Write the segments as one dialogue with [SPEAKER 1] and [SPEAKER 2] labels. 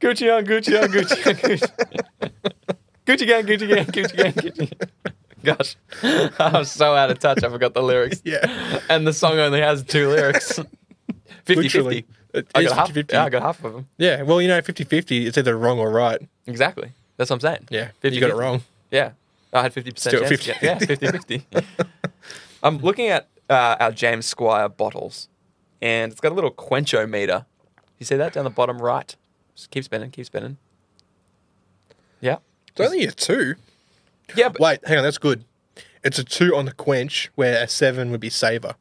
[SPEAKER 1] Gucci on Gucci on Gucci on Gucci. Gucci gang, Gucci gang, Gucci gang, Gucci. Gang. Gosh, I'm so out of touch. I forgot the lyrics.
[SPEAKER 2] Yeah.
[SPEAKER 1] And the song only has two lyrics. 50
[SPEAKER 2] Literally.
[SPEAKER 1] 50.
[SPEAKER 2] It
[SPEAKER 1] I
[SPEAKER 2] is
[SPEAKER 1] got, half,
[SPEAKER 2] 50-50.
[SPEAKER 1] yeah, I got half of them.
[SPEAKER 2] Yeah. Well, you know, 50 50, it's either wrong or right.
[SPEAKER 1] Exactly. That's what I'm saying.
[SPEAKER 2] Yeah. you got it
[SPEAKER 1] 50-50.
[SPEAKER 2] wrong.
[SPEAKER 1] Yeah. I had 50%
[SPEAKER 2] Still
[SPEAKER 1] chance.
[SPEAKER 2] 50.
[SPEAKER 1] Yeah, 50 50. I'm looking at uh, our James Squire bottles, and it's got a little Quencho meter. You see that down the bottom right? Just keep spinning, keep spinning. Yeah.
[SPEAKER 2] It's only a two.
[SPEAKER 1] Yeah, but
[SPEAKER 2] Wait, hang on. That's good. It's a two on the quench where a seven would be saver.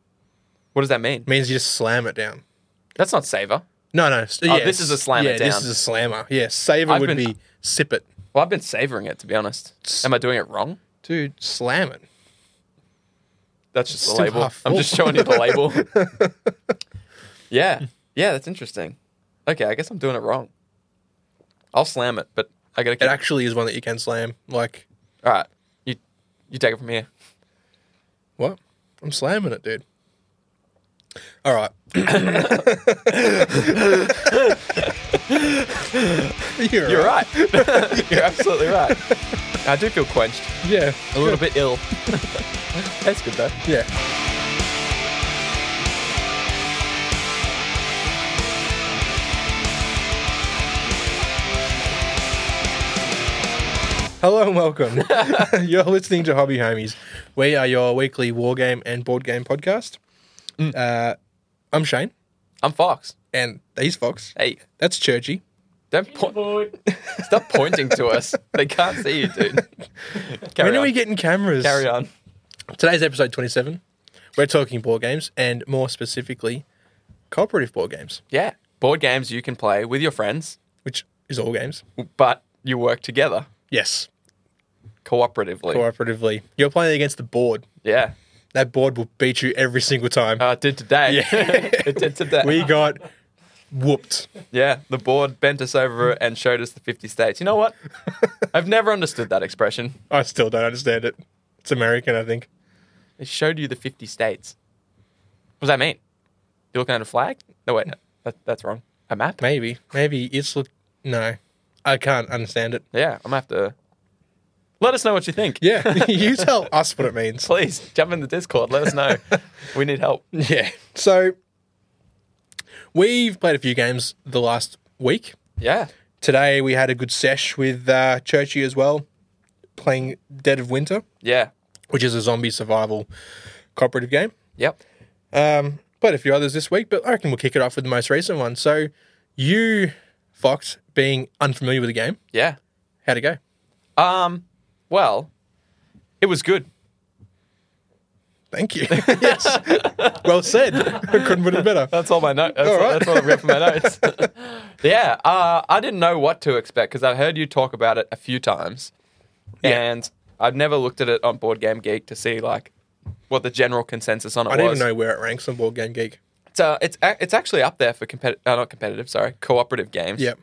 [SPEAKER 1] what does that mean?
[SPEAKER 2] means you just slam it down.
[SPEAKER 1] That's not saver.
[SPEAKER 2] No, no. s- yeah,
[SPEAKER 1] Oh, this is a slam
[SPEAKER 2] yeah,
[SPEAKER 1] it
[SPEAKER 2] this
[SPEAKER 1] down.
[SPEAKER 2] is a slammer. Yeah, saver
[SPEAKER 1] I've
[SPEAKER 2] would
[SPEAKER 1] been-
[SPEAKER 2] be sip it.
[SPEAKER 1] Well, I've been savoring it, to be honest. Am I doing it wrong?
[SPEAKER 2] Dude, slam it.
[SPEAKER 1] That's just the
[SPEAKER 2] Still
[SPEAKER 1] label.
[SPEAKER 2] half
[SPEAKER 1] I'm just
[SPEAKER 2] full.
[SPEAKER 1] showing you the label. yeah. Yeah, that's interesting. Okay, I guess I'm doing it wrong. I'll slam it, but I got to
[SPEAKER 2] It
[SPEAKER 1] keep.
[SPEAKER 2] actually is one that you can slam. Like,
[SPEAKER 1] All right. You, you take it from here.
[SPEAKER 2] what? I'm slamming it, dude. All right. You're,
[SPEAKER 1] You're
[SPEAKER 2] right.
[SPEAKER 1] right. You're absolutely right. I do feel quenched,
[SPEAKER 2] Yeah.
[SPEAKER 1] a little bit ill. That's good though.
[SPEAKER 2] Yeah. Hello and welcome. You're listening to Hobby Homies. We are your weekly war game and board game podcast. Uh, I'm Shane,
[SPEAKER 1] I'm Fox.
[SPEAKER 2] and he's Fox.
[SPEAKER 1] Hey,
[SPEAKER 2] That's Churchy.
[SPEAKER 1] don't point. Stop pointing to us. They can't see you, dude. Carry
[SPEAKER 2] when
[SPEAKER 1] on.
[SPEAKER 2] are we getting cameras?
[SPEAKER 1] Carry on.
[SPEAKER 2] Today's episode 27. We're talking board games, and more specifically, cooperative board games,
[SPEAKER 1] Yeah, board games you can play with your friends,
[SPEAKER 2] which is all games.
[SPEAKER 1] but you work together
[SPEAKER 2] Yes,
[SPEAKER 1] cooperatively.
[SPEAKER 2] cooperatively. You're playing against the board.
[SPEAKER 1] yeah,
[SPEAKER 2] That board will beat you every single time.
[SPEAKER 1] uh, it did today.
[SPEAKER 2] Yeah.
[SPEAKER 1] it did today.
[SPEAKER 2] we got whooped.
[SPEAKER 1] yeah, the board bent us over and showed us the 50 states. You know what? I've never understood that expression.
[SPEAKER 2] I still don't understand it. It's American, I think.
[SPEAKER 1] It showed you the 50 states. What does that mean? You're looking at a flag? No, wait, no, that, that's wrong. A map?
[SPEAKER 2] Maybe. Maybe it's look. No, I can't understand it.
[SPEAKER 1] Yeah, I'm gonna have to. Let us know what you think.
[SPEAKER 2] Yeah, you tell us what it means.
[SPEAKER 1] Please jump in the Discord. Let us know. we need help.
[SPEAKER 2] Yeah. So we've played a few games the last week.
[SPEAKER 1] Yeah.
[SPEAKER 2] Today we had a good sesh with uh, Churchy as well, playing Dead of Winter,
[SPEAKER 1] Yeah.
[SPEAKER 2] which is a zombie survival cooperative game.
[SPEAKER 1] Yep.
[SPEAKER 2] Um, but a few others this week, but I reckon we'll kick it off with the most recent one. So, you, Fox, being unfamiliar with the game,
[SPEAKER 1] Yeah.
[SPEAKER 2] how'd it go?
[SPEAKER 1] Um, well, it was good.
[SPEAKER 2] Thank you. yes. Well said. Couldn't put it better.
[SPEAKER 1] That's all my notes. That's,
[SPEAKER 2] All
[SPEAKER 1] all
[SPEAKER 2] right.
[SPEAKER 1] that's all I've got for my notes. yeah, uh, I didn't know what to expect because I heard you talk about it a few times, and I'd never looked at it on Board Game Geek to see like what the general consensus on it
[SPEAKER 2] I
[SPEAKER 1] was.
[SPEAKER 2] don't even know where it ranks on Board Game Geek.
[SPEAKER 1] It's uh, it's ac- it's actually up there for competitive, uh, not competitive, sorry, cooperative games.
[SPEAKER 2] Yep.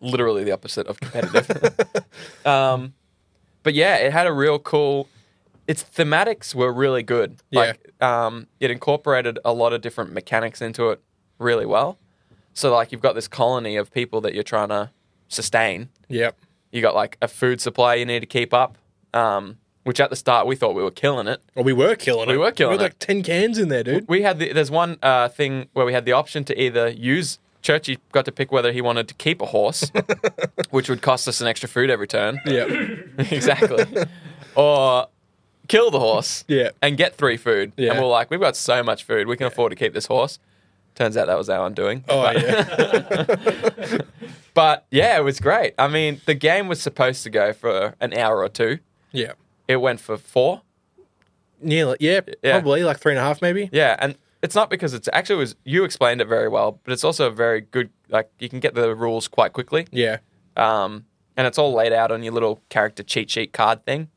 [SPEAKER 1] literally the opposite of competitive. um, but yeah, it had a real cool. Its thematics were really good. Like, um, it incorporated a lot of different mechanics into it really well. So like, you've got this colony of people that you're trying to sustain.
[SPEAKER 2] Yep.
[SPEAKER 1] You got like a food supply you need to keep up. Um, which at the start we thought we were killing it.
[SPEAKER 2] Well, Oh, we were killing it.
[SPEAKER 1] were killing it.
[SPEAKER 2] We had like 10 cans in there, dude.
[SPEAKER 1] We had the, there's one uh, thing where we had the option to either use Churchy got to pick whether he wanted to keep a horse, which would cost us an extra food every turn.
[SPEAKER 2] Yeah.
[SPEAKER 1] exactly. or kill the horse
[SPEAKER 2] Yeah.
[SPEAKER 1] and get three food.
[SPEAKER 2] Yeah.
[SPEAKER 1] And we're like, we've got so much food, we can afford to keep this horse. Turns out that was our undoing.
[SPEAKER 2] Oh,
[SPEAKER 1] but,
[SPEAKER 2] yeah.
[SPEAKER 1] but yeah, it was great. I mean, the game was supposed to go for an hour or two.
[SPEAKER 2] Yeah.
[SPEAKER 1] It went for four.
[SPEAKER 2] Nearly. Yeah,
[SPEAKER 1] Yeah.
[SPEAKER 2] Probably like three and a half, maybe.
[SPEAKER 1] Yeah, and it's not because it's actually it was you explained it very well, but it's also a very good like you can get the rules quite quickly.
[SPEAKER 2] Yeah.
[SPEAKER 1] um, and it's all laid out on your little character cheat sheet card thing.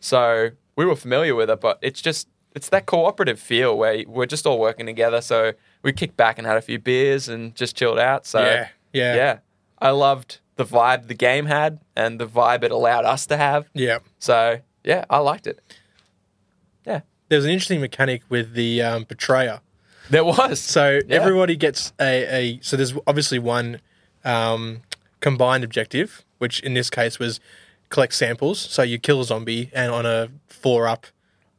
[SPEAKER 1] So we were familiar with it, but it's just it's that cooperative feel where we're just all working together. So we kicked back and had a few beers and just chilled out. So
[SPEAKER 2] Yeah. Yeah.
[SPEAKER 1] yeah. I loved the vibe the game had and the vibe it allowed us to have.
[SPEAKER 2] Yeah.
[SPEAKER 1] So yeah, I liked it. Yeah,
[SPEAKER 2] There's an interesting mechanic with the um, betrayer.
[SPEAKER 1] there was
[SPEAKER 2] So
[SPEAKER 1] Yeah.
[SPEAKER 2] everybody gets a, a so there's obviously one um, combined objective, which in this case was collect samples. So you kill a zombie, and on a four up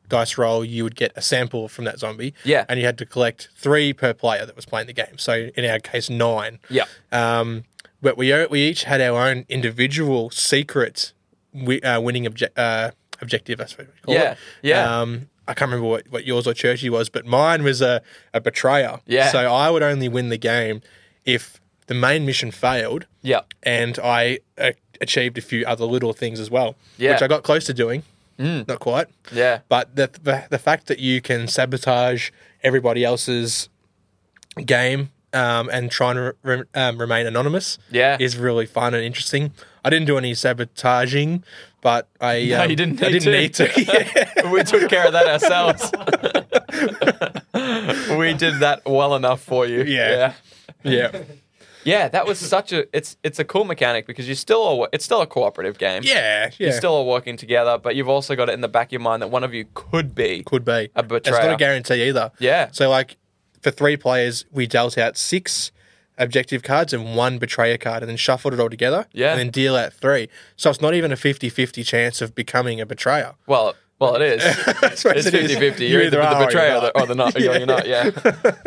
[SPEAKER 2] dice roll, you would get a sample from that zombie.
[SPEAKER 1] Yeah.
[SPEAKER 2] And you had to collect three per player that was playing the game. So in our case, nine.
[SPEAKER 1] Yeah.
[SPEAKER 2] Um, but we o- we each had our own individual secret wi- uh, winning obje- uh, objective. I suppose we call
[SPEAKER 1] Yeah,
[SPEAKER 2] it.
[SPEAKER 1] yeah.
[SPEAKER 2] Um, I can't remember what, what yours or Churchy was, but mine was a, a betrayer.
[SPEAKER 1] Yeah.
[SPEAKER 2] So I would only win the game if the main mission failed
[SPEAKER 1] Yeah.
[SPEAKER 2] and I uh, achieved a few other little things as well,
[SPEAKER 1] Yeah. Mm.
[SPEAKER 2] which I got close to doing. Not quite.
[SPEAKER 1] Yeah.
[SPEAKER 2] But the, the the fact that you can sabotage everybody else's game um, and try and re- um, remain anonymous,
[SPEAKER 1] Yeah.
[SPEAKER 2] is really fun and interesting. I didn't do any sabotaging, but I
[SPEAKER 1] No,
[SPEAKER 2] um,
[SPEAKER 1] you didn't
[SPEAKER 2] I
[SPEAKER 1] need
[SPEAKER 2] didn't need
[SPEAKER 1] to.
[SPEAKER 2] to. Yeah.
[SPEAKER 1] we took care of that ourselves. we did that well enough for you.
[SPEAKER 2] Yeah.
[SPEAKER 1] yeah.
[SPEAKER 2] yeah,
[SPEAKER 1] Yeah, that was such a it's it's a cool mechanic because you still are, wo- it's still a cooperative game.
[SPEAKER 2] yeah, yeah.
[SPEAKER 1] You still are working together, but you've also got it in the back of your mind that one of you could be.
[SPEAKER 2] could be
[SPEAKER 1] A
[SPEAKER 2] It's not
[SPEAKER 1] betrayer.
[SPEAKER 2] a guarantee either.
[SPEAKER 1] Yeah.
[SPEAKER 2] So like for three players, we dealt out six objective cards and one betrayer card and then shuffled it all together
[SPEAKER 1] Yeah.
[SPEAKER 2] and then deal out three. So it's not even a 50-50 chance of becoming a betrayer.
[SPEAKER 1] Well, well, it is.
[SPEAKER 2] I suppose
[SPEAKER 1] It's
[SPEAKER 2] it is.
[SPEAKER 1] 50 50.
[SPEAKER 2] You
[SPEAKER 1] You're either,
[SPEAKER 2] either are
[SPEAKER 1] the
[SPEAKER 2] or
[SPEAKER 1] betrayer
[SPEAKER 2] you're
[SPEAKER 1] or, the,
[SPEAKER 2] not.
[SPEAKER 1] or the not. You're not,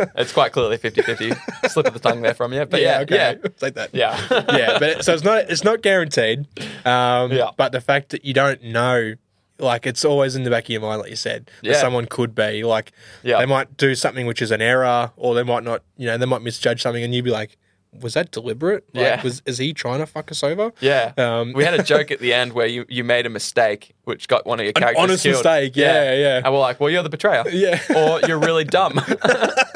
[SPEAKER 1] yeah. It's quite clearly 50 50. Slip of the tongue there from you. But yeah, yeah.
[SPEAKER 2] Take that.
[SPEAKER 1] Yeah.
[SPEAKER 2] yeah, but it- so it's not it's not guaranteed. Um,
[SPEAKER 1] Yeah.
[SPEAKER 2] But the fact that you don't know, like it's always in the back of your mind, like you said, that
[SPEAKER 1] Yeah.
[SPEAKER 2] someone could be like,
[SPEAKER 1] Yeah.
[SPEAKER 2] they might do something which is an error, or they might not, you know, they might misjudge something, and you'd be like, was that deliberate? Like,
[SPEAKER 1] Yeah.
[SPEAKER 2] Was is he trying to fuck us over?
[SPEAKER 1] Yeah.
[SPEAKER 2] Um,
[SPEAKER 1] we had a joke at the end where you, you made a mistake, which got one of your characters
[SPEAKER 2] honest
[SPEAKER 1] killed.
[SPEAKER 2] mistake, yeah, yeah.
[SPEAKER 1] And we're like, well, you're the betrayer.
[SPEAKER 2] Yeah.
[SPEAKER 1] Or you're really dumb.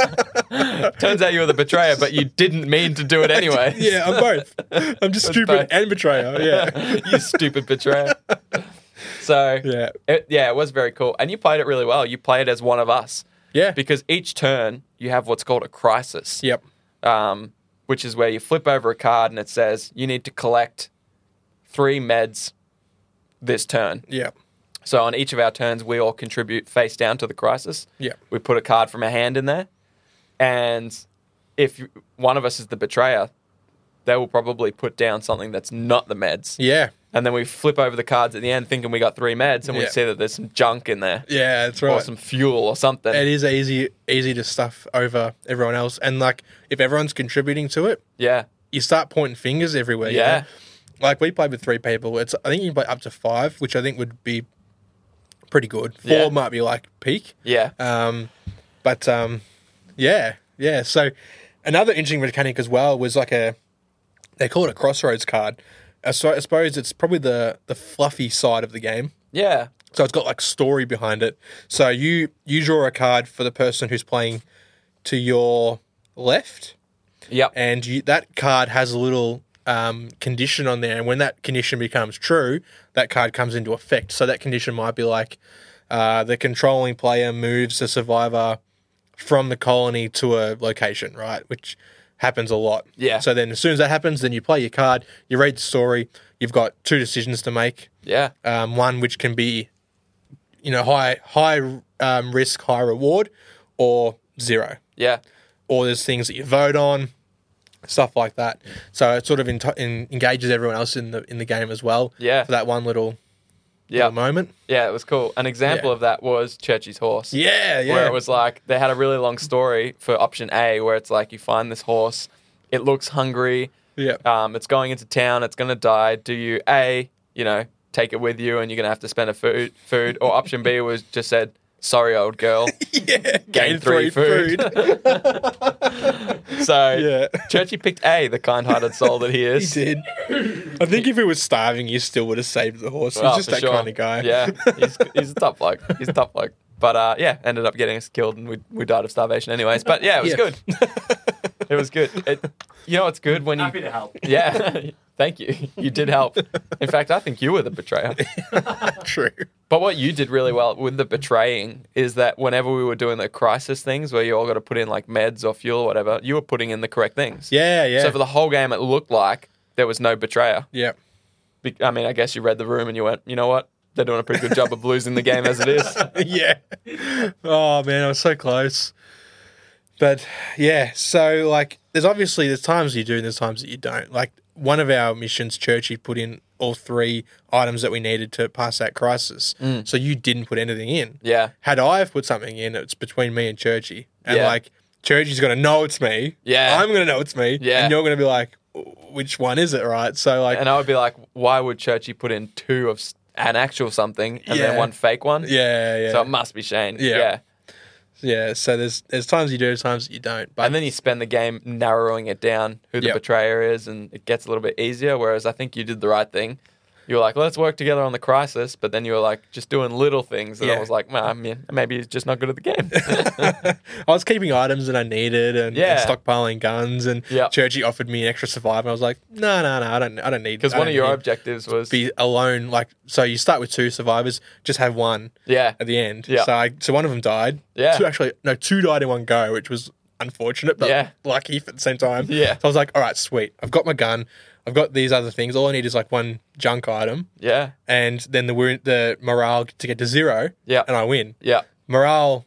[SPEAKER 1] Turns out you were the betrayer, but you didn't mean to do it anyway.
[SPEAKER 2] Yeah, I'm both. I'm just stupid
[SPEAKER 1] both.
[SPEAKER 2] and betrayer. Yeah.
[SPEAKER 1] you stupid betrayer. So
[SPEAKER 2] Yeah.
[SPEAKER 1] it, yeah, it was very cool, and you played it really well. You played as one of us
[SPEAKER 2] Yeah.
[SPEAKER 1] because each turn you have what's called a crisis,
[SPEAKER 2] yep.
[SPEAKER 1] um, which is where you flip over a card and it says you need to collect three meds this turn.
[SPEAKER 2] Yep.
[SPEAKER 1] So on each of our turns, we all contribute face down to the crisis.
[SPEAKER 2] Yep.
[SPEAKER 1] We put a card from our hand in there, and if you, one of us is the betrayer, they will probably put down something that's not the meds.
[SPEAKER 2] Yeah.
[SPEAKER 1] And then we flip over the cards at the end thinking we got three meds and we
[SPEAKER 2] Yeah.
[SPEAKER 1] see that there's some junk in there
[SPEAKER 2] Yeah. That's right.
[SPEAKER 1] or some fuel or something.
[SPEAKER 2] it is easy easy to stuff over everyone else and like if everyone's contributing to it
[SPEAKER 1] yeah.
[SPEAKER 2] you start pointing fingers everywhere you
[SPEAKER 1] Yeah.
[SPEAKER 2] know? like we played with three people it's i think you can play up to five which i think would be pretty good four
[SPEAKER 1] Yeah.
[SPEAKER 2] might be like peak
[SPEAKER 1] Yeah.
[SPEAKER 2] um but um yeah yeah so another interesting mechanic as well was like a they call it a crossroads card I so- I suppose it's probably the the fluffy side of the game
[SPEAKER 1] yeah.
[SPEAKER 2] so it's got like story behind it. So you you draw a card for the person who's playing to your left,
[SPEAKER 1] Yep.
[SPEAKER 2] and you, that card has a little um, condition on there. And when that condition becomes true, that card comes into effect. So that condition might be like uh, the controlling player moves the survivor from the colony to a location, right? Which happens a lot.
[SPEAKER 1] Yeah.
[SPEAKER 2] So then, as soon as that happens, then you play your card, you read the story. You've got two decisions to make
[SPEAKER 1] yeah.
[SPEAKER 2] um, one which can be, you know, high high um, risk, high reward, or zero.
[SPEAKER 1] Yeah.
[SPEAKER 2] Or there's things that you vote on, stuff like that. So it sort of enti in, engages everyone else in the in the game as well.
[SPEAKER 1] Yeah.
[SPEAKER 2] for that one little,
[SPEAKER 1] Yeah.
[SPEAKER 2] little moment.
[SPEAKER 1] Yeah. It was cool. An example
[SPEAKER 2] Yeah.
[SPEAKER 1] of that was Churchy's horse.
[SPEAKER 2] Yeah, yeah.
[SPEAKER 1] Where it was like they had a really long story for option A where it's like you find this horse, it looks hungry,
[SPEAKER 2] yeah,
[SPEAKER 1] um, it's going into town, it's going to die. Do you A, you know, take it with you and you're going to have to spend a food, food or option B was just said, sorry, old girl.
[SPEAKER 2] yeah.
[SPEAKER 1] gain three food. So
[SPEAKER 2] Yeah.
[SPEAKER 1] Churchy picked A, the kind-hearted soul that he
[SPEAKER 2] he
[SPEAKER 1] is.
[SPEAKER 2] did. I think if he was starving, you still would have saved the horse. He's
[SPEAKER 1] Oh,
[SPEAKER 2] just
[SPEAKER 1] for
[SPEAKER 2] that
[SPEAKER 1] sure.
[SPEAKER 2] kind of guy.
[SPEAKER 1] Yeah, he's, he's a top bloke. He's a top bloke. But uh, yeah, ended up getting us killed, and we, we died of starvation anyways. But yeah, it was
[SPEAKER 2] Yeah.
[SPEAKER 1] good. It was good. It, you know, it's good when you.
[SPEAKER 3] Happy to help.
[SPEAKER 1] Yeah, thank you. You did help. In fact, I think you were the betrayer.
[SPEAKER 2] True.
[SPEAKER 1] But what you did really well with the betraying is that whenever we were doing the crisis things, where you all got to put in like meds or fuel or whatever, you were putting in the correct things.
[SPEAKER 2] Yeah, yeah.
[SPEAKER 1] So for the whole game, it looked like there was no betrayer.
[SPEAKER 2] yeah.
[SPEAKER 1] Be- I mean, I guess you read the room and you went, you know what? They're doing a pretty good job of losing the game as it is.
[SPEAKER 2] yeah. Oh man, I was so close. But yeah, so like, there's obviously there's times you do and there's times that you don't. Like one of our missions, Churchy put in all three items that we needed to pass that crisis.
[SPEAKER 1] Mm.
[SPEAKER 2] So you didn't put anything in.
[SPEAKER 1] Yeah.
[SPEAKER 2] Had I have put something in, it's between me and Churchy, and
[SPEAKER 1] Yeah.
[SPEAKER 2] like Churchy's gonna know it's me.
[SPEAKER 1] Yeah.
[SPEAKER 2] I'm gonna know it's me.
[SPEAKER 1] Yeah.
[SPEAKER 2] and you're gonna be like, which one is it, right? So like,
[SPEAKER 1] And I would be like, why would Churchy put in two of s- an actual something and
[SPEAKER 2] Yeah.
[SPEAKER 1] then one fake one?
[SPEAKER 2] yeah, yeah,
[SPEAKER 1] So it must be Shane.
[SPEAKER 2] Yeah.
[SPEAKER 1] Yeah.
[SPEAKER 2] yeah. So there's there's times you do, times you don't. But
[SPEAKER 1] And then you spend the game narrowing it down who the
[SPEAKER 2] Yep.
[SPEAKER 1] betrayer is, and it gets a little bit easier. Whereas I think you did the right thing. You were like, let's work together on the crisis, but then you were like just doing little things, and
[SPEAKER 2] Yeah.
[SPEAKER 1] I was like, well, I mean, maybe he's just not good at the game.
[SPEAKER 2] I was keeping items that I needed and, and
[SPEAKER 1] Yeah.
[SPEAKER 2] stockpiling guns. And
[SPEAKER 1] Yeah.
[SPEAKER 2] Churchy offered me an extra survivor. I was like, no, no, no, I don't, I don't need.
[SPEAKER 1] Because
[SPEAKER 2] I
[SPEAKER 1] one
[SPEAKER 2] don't
[SPEAKER 1] of your
[SPEAKER 2] need-
[SPEAKER 1] objectives was,
[SPEAKER 2] be alone. Like, so you start with two survivors, just have one
[SPEAKER 1] yeah,
[SPEAKER 2] at the end.
[SPEAKER 1] Yeah.
[SPEAKER 2] So, I, so one of them died.
[SPEAKER 1] Yeah.
[SPEAKER 2] Two actually, no, two died in one go, which was unfortunate, but
[SPEAKER 1] Yeah.
[SPEAKER 2] lucky at the same time.
[SPEAKER 1] Yeah.
[SPEAKER 2] So I was like, all right, sweet. I've got my gun. I've got these other things. All I need is like one junk item,
[SPEAKER 1] yeah,
[SPEAKER 2] and then the wound, the morale to get to zero.
[SPEAKER 1] Yeah.
[SPEAKER 2] And I win.
[SPEAKER 1] yeah,
[SPEAKER 2] Morale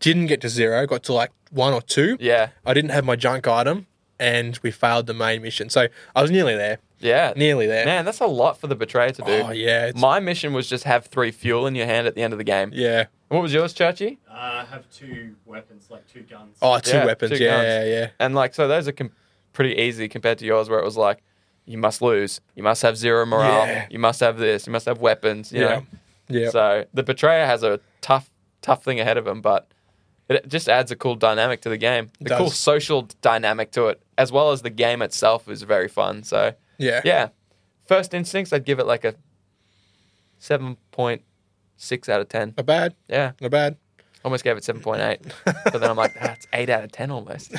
[SPEAKER 2] didn't get to zero. Got to like one or two.
[SPEAKER 1] yeah,
[SPEAKER 2] I didn't have my junk item, and we failed the main mission. So I was nearly there.
[SPEAKER 1] yeah.
[SPEAKER 2] Nearly there.
[SPEAKER 1] Man, that's a lot for the betrayer to do.
[SPEAKER 2] Oh yeah. It's,
[SPEAKER 1] My mission was just have three fuel in your hand at the end of the game.
[SPEAKER 2] yeah.
[SPEAKER 1] What was yours, Churchy?
[SPEAKER 3] Uh, have two weapons, like two guns.
[SPEAKER 2] Oh, two
[SPEAKER 1] Yeah,
[SPEAKER 2] weapons.
[SPEAKER 1] two
[SPEAKER 2] yeah,
[SPEAKER 1] guns.
[SPEAKER 2] yeah, yeah.
[SPEAKER 1] And like, so those are com- pretty easy compared to yours, where it was like, you must lose, you must have zero morale,
[SPEAKER 2] Yeah.
[SPEAKER 1] you must have this, you must have weapons. You
[SPEAKER 2] Yeah.
[SPEAKER 1] Know?
[SPEAKER 2] Yeah.
[SPEAKER 1] So the betrayer has a tough, tough thing ahead of him, but it just adds a cool dynamic to the game, the cool
[SPEAKER 2] Does.
[SPEAKER 1] social dynamic to it, as well as the game itself is very fun. So
[SPEAKER 2] yeah.
[SPEAKER 1] yeah, first instincts, I'd give it like a seven point six out of ten.
[SPEAKER 2] Not bad.
[SPEAKER 1] Yeah.
[SPEAKER 2] Not bad.
[SPEAKER 1] Almost gave it 7.8. but then I'm like, that's 8 out of 10 almost.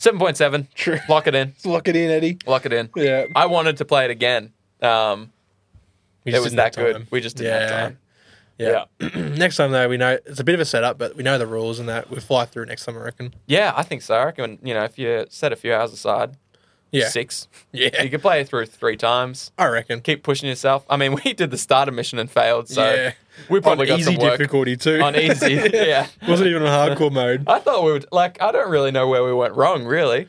[SPEAKER 1] 7.7.
[SPEAKER 2] True.
[SPEAKER 1] Lock it in.
[SPEAKER 2] Let's lock it in, Eddie.
[SPEAKER 1] Lock it in.
[SPEAKER 2] Yeah.
[SPEAKER 1] I wanted to play it again. Um,
[SPEAKER 2] We
[SPEAKER 1] it
[SPEAKER 2] just
[SPEAKER 1] was
[SPEAKER 2] didn't have
[SPEAKER 1] that good.
[SPEAKER 2] time.
[SPEAKER 1] We just didn't have time.
[SPEAKER 2] Yeah. next time though, we know it's a bit of a setup, but we know the rules and that we fly through next time. I reckon.
[SPEAKER 1] Yeah, I think so. I reckon, you know, if you set a few hours aside,
[SPEAKER 2] Yeah.
[SPEAKER 1] six,
[SPEAKER 2] Yeah.
[SPEAKER 1] you can play it through three times.
[SPEAKER 2] I reckon.
[SPEAKER 1] Keep pushing yourself. I mean, we did the starter mission and failed, so
[SPEAKER 2] Yeah.
[SPEAKER 1] we probably got
[SPEAKER 2] on easy
[SPEAKER 1] some work
[SPEAKER 2] difficulty too.
[SPEAKER 1] on easy. yeah.
[SPEAKER 2] Wasn't even on hardcore mode.
[SPEAKER 1] I thought we would, like, I don't really know where we went wrong, really.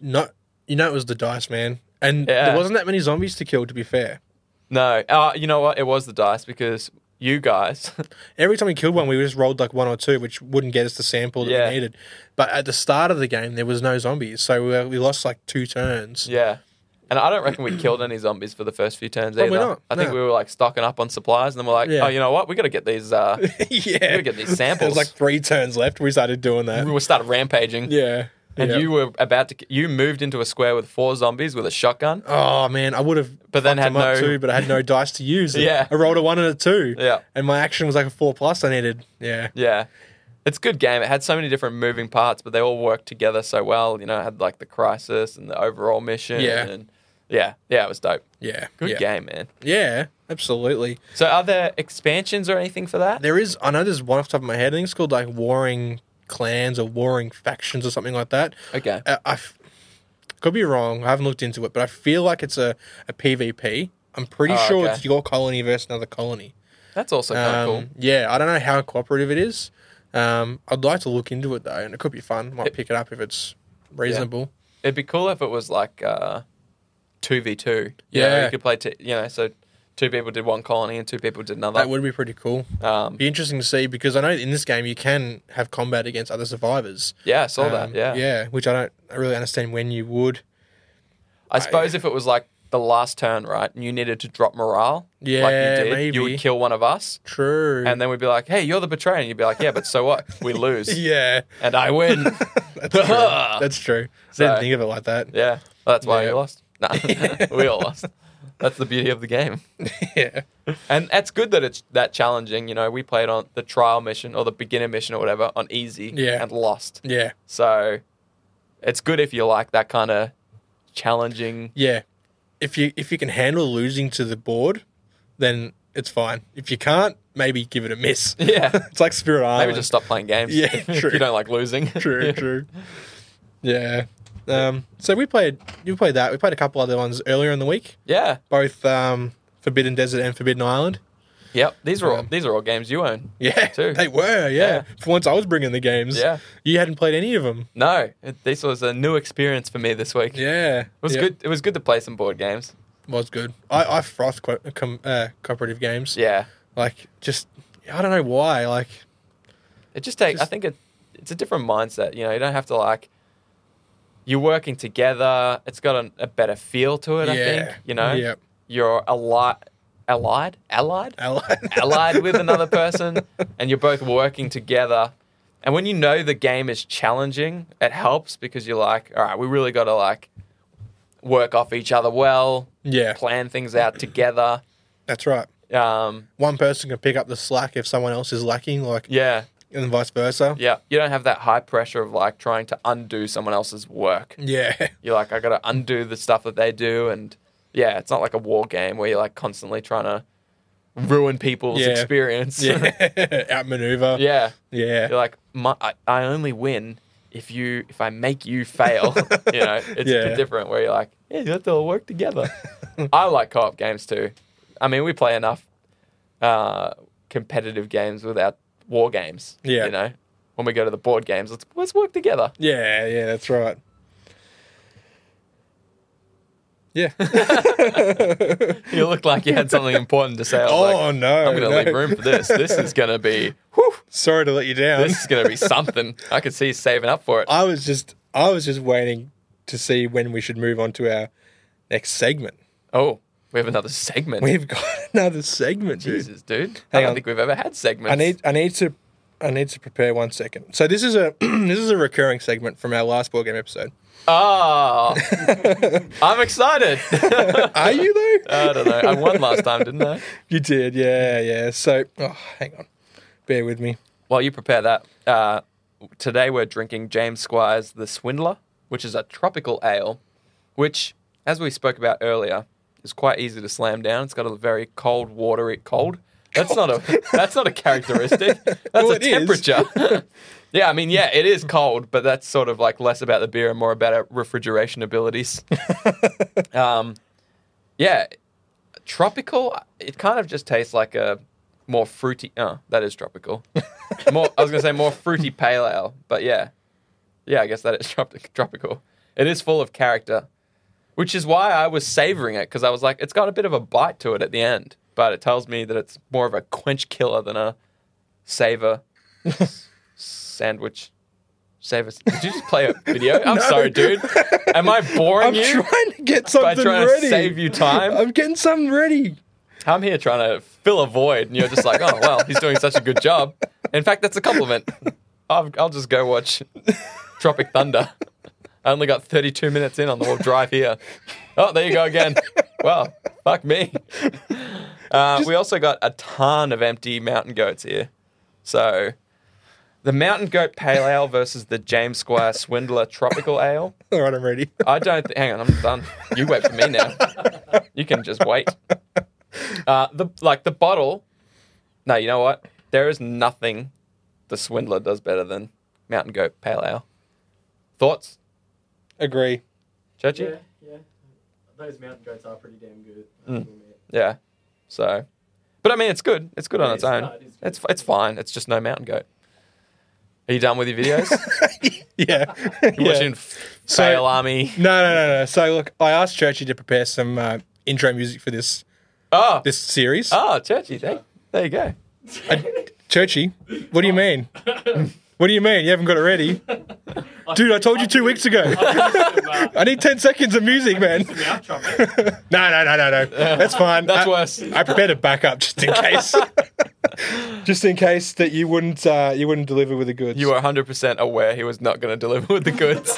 [SPEAKER 2] No, you know it was the dice, man, and
[SPEAKER 1] Yeah.
[SPEAKER 2] there wasn't that many zombies to kill. To be fair,
[SPEAKER 1] No. Uh, you know what? It was the dice because you guys.
[SPEAKER 2] Every time we killed one, we just rolled like one or two, which wouldn't get us the sample that
[SPEAKER 1] Yeah.
[SPEAKER 2] we needed. But at the start of the game, there was no zombies, so we, we lost like two turns.
[SPEAKER 1] Yeah. And I don't reckon we killed any zombies for the first few turns
[SPEAKER 2] Probably
[SPEAKER 1] either.
[SPEAKER 2] not,
[SPEAKER 1] I think
[SPEAKER 2] no.
[SPEAKER 1] we were like stocking up on supplies and then we're like,
[SPEAKER 2] Yeah.
[SPEAKER 1] oh, you know what? We got to get these. Uh,
[SPEAKER 2] Yeah,
[SPEAKER 1] gotta get these
[SPEAKER 2] There was
[SPEAKER 1] samples.
[SPEAKER 2] like three turns left. We started doing that.
[SPEAKER 1] we started rampaging.
[SPEAKER 2] Yeah,
[SPEAKER 1] And
[SPEAKER 2] Yeah.
[SPEAKER 1] you were about to, you moved into a square with four zombies with a shotgun.
[SPEAKER 2] Oh man, I would have.
[SPEAKER 1] But then
[SPEAKER 2] fucked
[SPEAKER 1] had
[SPEAKER 2] them up
[SPEAKER 1] no-
[SPEAKER 2] too, but I had no dice to use.
[SPEAKER 1] Yeah.
[SPEAKER 2] I rolled a one and a two.
[SPEAKER 1] Yeah.
[SPEAKER 2] and my action was like a four plus. I needed. Yeah,
[SPEAKER 1] Yeah. It's a good game. It had so many different moving parts, but they all worked together so well. You know, it had like the crisis and the overall mission.
[SPEAKER 2] Yeah.
[SPEAKER 1] And yeah. Yeah. It was dope.
[SPEAKER 2] yeah,
[SPEAKER 1] Good
[SPEAKER 2] yeah.
[SPEAKER 1] game, man.
[SPEAKER 2] Yeah, absolutely.
[SPEAKER 1] So are there expansions or anything for that?
[SPEAKER 2] There is. I know there's one off the top of my head. I think it's called like warring clans or warring factions or something like that. Uh,
[SPEAKER 1] Okay.
[SPEAKER 2] I, I f- could be wrong. I haven't looked into it, but I feel like it's a, a PvP. I'm pretty
[SPEAKER 1] Oh,
[SPEAKER 2] sure
[SPEAKER 1] okay.
[SPEAKER 2] it's your colony versus another colony.
[SPEAKER 1] That's also kind of
[SPEAKER 2] Um,
[SPEAKER 1] cool.
[SPEAKER 2] Yeah, I don't know how cooperative it is. Um, I'd like to look into it though, and it could be fun. Might pick it up if it's reasonable.
[SPEAKER 1] It'd be cool if it was like uh, two v two.
[SPEAKER 2] Yeah.
[SPEAKER 1] you could play. T- you know, so two people did one colony and two people did another.
[SPEAKER 2] That would be pretty cool.
[SPEAKER 1] um,
[SPEAKER 2] Be interesting to see because I know in this game you can have combat against other survivors.
[SPEAKER 1] yeah, I saw
[SPEAKER 2] Um,
[SPEAKER 1] that. Yeah.
[SPEAKER 2] yeah, which I don't I really understand when you would.
[SPEAKER 1] I suppose if it was like the last turn, right, and you needed to drop morale, like
[SPEAKER 2] Yeah,
[SPEAKER 1] you did, you
[SPEAKER 2] maybe.
[SPEAKER 1] would kill one of us,
[SPEAKER 2] True.
[SPEAKER 1] and then we'd be like, "Hey, you're the betrayer," and you'd be like, "Yeah, but so what? We lose,
[SPEAKER 2] yeah,
[SPEAKER 1] and I win."
[SPEAKER 2] that's true. that's true. I didn't
[SPEAKER 1] So-
[SPEAKER 2] think of it like that.
[SPEAKER 1] yeah, well, that's why
[SPEAKER 2] Yeah.
[SPEAKER 1] you lost. Nah, we all lost. That's the beauty of the game.
[SPEAKER 2] yeah.
[SPEAKER 1] And that's good that it's that challenging. You know, we played on the trial mission or the beginner mission or whatever on easy
[SPEAKER 2] Yeah.
[SPEAKER 1] and lost.
[SPEAKER 2] Yeah.
[SPEAKER 1] So it's good if you like that kind of challenging.
[SPEAKER 2] Yeah. If you if you can handle losing to the board, then it's fine. If you can't, maybe give it a miss.
[SPEAKER 1] Yeah.
[SPEAKER 2] it's like Spirit Island.
[SPEAKER 1] Maybe just stop playing games.
[SPEAKER 2] Yeah,
[SPEAKER 1] if
[SPEAKER 2] true.
[SPEAKER 1] you don't like losing.
[SPEAKER 2] True, true. Yeah. Um, so we played you played that. We played a couple other ones earlier in the week,
[SPEAKER 1] yeah.
[SPEAKER 2] both um, Forbidden Desert and Forbidden Island.
[SPEAKER 1] Yep. These are all these are all games you own.
[SPEAKER 2] Yeah,
[SPEAKER 1] Too.
[SPEAKER 2] they were. Yeah.
[SPEAKER 1] Yeah.
[SPEAKER 2] for once I was bringing the games.
[SPEAKER 1] Yeah.
[SPEAKER 2] you hadn't played any of them.
[SPEAKER 1] No, it, this was a new experience for me this week.
[SPEAKER 2] Yeah,
[SPEAKER 1] It was good. It was good to play some board games.
[SPEAKER 2] Was good. I I froth co- com, uh, cooperative games.
[SPEAKER 1] Yeah.
[SPEAKER 2] like just I don't know why. Like
[SPEAKER 1] It just takes. I
[SPEAKER 2] Just-
[SPEAKER 1] think it, it's a different mindset. You know, you don't have to like. You're working together. It's got a, a better feel to it. I
[SPEAKER 2] yeah,
[SPEAKER 1] think. You know.
[SPEAKER 2] Yep.
[SPEAKER 1] You're allied, allied, allied,
[SPEAKER 2] Allied.
[SPEAKER 1] allied with another person, and you're both working together. And when you know the game is challenging, it helps because you're like, all right, we really got to like work off each other well,
[SPEAKER 2] Yeah,
[SPEAKER 1] plan things out together.
[SPEAKER 2] that's right.
[SPEAKER 1] Um,
[SPEAKER 2] One person can pick up the slack if someone else is lacking, like
[SPEAKER 1] yeah,
[SPEAKER 2] and vice versa.
[SPEAKER 1] yeah. You don't have that high pressure of like trying to undo someone else's work.
[SPEAKER 2] Yeah,
[SPEAKER 1] You're like, I got to undo the stuff that they do, and yeah, it's not like a war game where you're like constantly trying to ruin people's
[SPEAKER 2] Yeah.
[SPEAKER 1] experience.
[SPEAKER 2] yeah. Outmaneuver.
[SPEAKER 1] yeah.
[SPEAKER 2] yeah.
[SPEAKER 1] You're like, my, I, I only win if you if I make you fail. you know, it's
[SPEAKER 2] Yeah.
[SPEAKER 1] different where you're like, yeah, you have to all work together. I like co-op games too. I mean, we play enough uh, competitive games without war games.
[SPEAKER 2] Yeah.
[SPEAKER 1] you know, when we go to the board games, let's let's work together.
[SPEAKER 2] Yeah, yeah, that's right. Yeah.
[SPEAKER 1] You look like you had something important to say. I was
[SPEAKER 2] oh
[SPEAKER 1] like,
[SPEAKER 2] no.
[SPEAKER 1] I'm gonna
[SPEAKER 2] no.
[SPEAKER 1] leave room for this. This is gonna be, whew,
[SPEAKER 2] Sorry to let you down.
[SPEAKER 1] this is gonna be something. I could see you saving up for it.
[SPEAKER 2] I was just I was just waiting to see when we should move on to our next segment.
[SPEAKER 1] Oh, we have another segment.
[SPEAKER 2] We've got another segment, dude.
[SPEAKER 1] Jesus, dude. I
[SPEAKER 2] Hang
[SPEAKER 1] don't
[SPEAKER 2] on.
[SPEAKER 1] think we've ever had segments.
[SPEAKER 2] I need I need to I need to prepare one second. So this is a this is a recurring segment from our last board game episode.
[SPEAKER 1] Oh, I'm excited.
[SPEAKER 2] Are you though?
[SPEAKER 1] I don't know. I won last time, didn't I?
[SPEAKER 2] You did, yeah, yeah. So oh, hang on. Bear with me.
[SPEAKER 1] While you prepare that, uh, today we're drinking James Squire's The Swindler, which is a tropical ale, which, as we spoke about earlier, is quite easy to slam down. It's got a very cold, watery cold. That's not a that's not a characteristic. That's
[SPEAKER 2] Well,
[SPEAKER 1] a
[SPEAKER 2] it is.
[SPEAKER 1] temperature. yeah, I mean, yeah, it is cold, but that's sort of like less about the beer and more about refrigeration abilities. Um, yeah, tropical. It kind of just tastes like a more fruity. Oh, that is tropical. more, I was gonna say more fruity pale ale, but yeah, yeah, I guess that is tropic, tropical. It is full of character, which is why I was savoring it because I was like, it's got a bit of a bite to it at the end, but it tells me that it's more of a quench killer than a savor s- sandwich. Savor. Did you just play a video? I'm
[SPEAKER 2] No.
[SPEAKER 1] sorry, dude. Am I boring
[SPEAKER 2] I'm
[SPEAKER 1] you?
[SPEAKER 2] trying to get
[SPEAKER 1] by
[SPEAKER 2] something
[SPEAKER 1] trying
[SPEAKER 2] ready.
[SPEAKER 1] to save you time.
[SPEAKER 2] I'm getting something ready.
[SPEAKER 1] I'm here trying to fill a void, and you're just like, oh, well, he's doing such a good job. In fact, that's a compliment. I'll, I'll just go watch Tropic Thunder. I only got 32 minutes in on the whole drive here. Oh, there you go again. Well, fuck me. Uh, we also got a ton of empty mountain goats here. So the mountain goat pale ale versus the James Squire Swindler tropical ale.
[SPEAKER 2] All right, I'm ready.
[SPEAKER 1] I don't. Th- hang on, I'm done. You wait for me now. You can just wait. Uh, the like the bottle. No, you know what? There is nothing the swindler does better than Mountain Goat Pale Ale. Thoughts,
[SPEAKER 2] Agree.
[SPEAKER 1] Churchy?
[SPEAKER 3] Yeah, yeah. Those mountain goats are pretty damn good. I
[SPEAKER 2] Hmm.
[SPEAKER 3] will admit.
[SPEAKER 1] Yeah. So, but I mean, it's good. It's good on
[SPEAKER 3] Yeah,
[SPEAKER 1] its
[SPEAKER 3] it's
[SPEAKER 1] own.
[SPEAKER 3] not, it is good.
[SPEAKER 1] it's it's fine. It's just no Mountain Goat. Are you done with your videos?
[SPEAKER 2] Yeah.
[SPEAKER 1] You're
[SPEAKER 2] Yeah.
[SPEAKER 1] watching
[SPEAKER 2] So-
[SPEAKER 1] Fail Army.
[SPEAKER 2] No, no, no, no. So look, I asked Churchy to prepare some uh, intro music for this
[SPEAKER 1] Oh,
[SPEAKER 2] this series.
[SPEAKER 1] oh, Churchy. There, there you go.
[SPEAKER 2] Churchy, what do you mean? What do you mean? You haven't got it ready, dude. I told you two weeks ago. I need ten seconds of music, man.
[SPEAKER 3] Some mouth trumpet.
[SPEAKER 2] No, no, no, no, no. That's fine.
[SPEAKER 1] That's
[SPEAKER 2] I,
[SPEAKER 1] worse.
[SPEAKER 2] I prepared a backup just in case. just in case that you wouldn't uh, you wouldn't deliver with the goods.
[SPEAKER 1] You were 100% aware he was not going to deliver with the goods.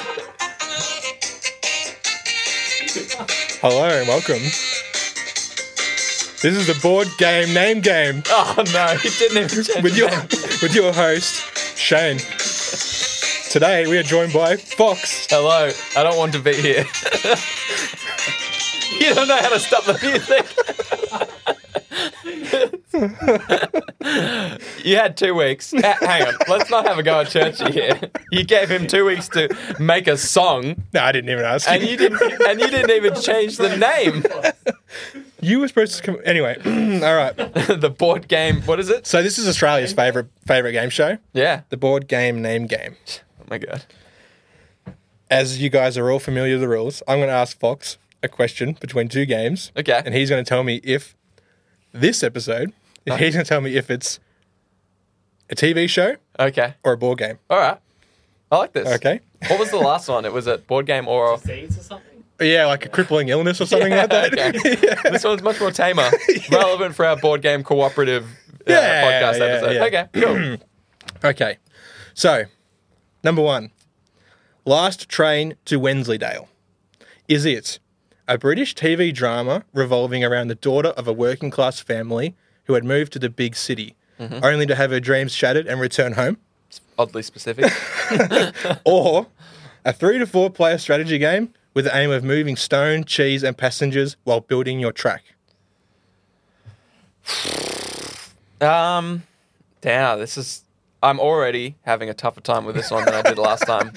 [SPEAKER 2] Hello and welcome. This is the board game name game
[SPEAKER 1] Oh no, he didn't even change.
[SPEAKER 2] with
[SPEAKER 1] his
[SPEAKER 2] your
[SPEAKER 1] name.
[SPEAKER 2] with your host Shane. Today we are joined by Fox.
[SPEAKER 1] hello, I don't want to be here. you don't know how to stop the music. you had two weeks. Ha- hang on, let's not have a go at Churchy here. You gave him two weeks to make a song,
[SPEAKER 2] No, I didn't even ask.
[SPEAKER 1] and you didn't, and you didn't even change the name.
[SPEAKER 2] You were supposed to come. Anyway, all right.
[SPEAKER 1] the board game. What is it?
[SPEAKER 2] So this is Australia's favorite favorite game show,
[SPEAKER 1] Yeah.
[SPEAKER 2] the board game name game.
[SPEAKER 1] Oh my god.
[SPEAKER 2] As you guys are all familiar with the rules, I'm going to ask Fox a question between two games,
[SPEAKER 1] Okay.
[SPEAKER 2] and he's going to tell me if this episode, if he's going to tell me if it's a TV show
[SPEAKER 1] Okay.
[SPEAKER 2] or a board game.
[SPEAKER 1] All right. I like this.
[SPEAKER 2] Okay.
[SPEAKER 1] What was the last one? It was a board game or
[SPEAKER 3] Seeds or something?
[SPEAKER 2] Yeah, like a crippling illness or something
[SPEAKER 1] Yeah,
[SPEAKER 2] like that.
[SPEAKER 1] okay.
[SPEAKER 2] Yeah.
[SPEAKER 1] this one's much more tamer, relevant for our board game cooperative uh,
[SPEAKER 2] Yeah,
[SPEAKER 1] podcast
[SPEAKER 2] yeah,
[SPEAKER 1] episode.
[SPEAKER 2] yeah.
[SPEAKER 1] Okay, cool.
[SPEAKER 2] Okay. So, number one, Last Train to Wensleydale. Is it a British TV drama revolving around the daughter of a working class family who had moved to the big city, only to have her dreams shattered and return home?
[SPEAKER 1] Oddly specific.
[SPEAKER 2] Or a three to four player strategy game with the aim of moving stone, cheese, and passengers while building your track?
[SPEAKER 1] Um, damn, this is. I'm already having a tougher time with this one than I did last time.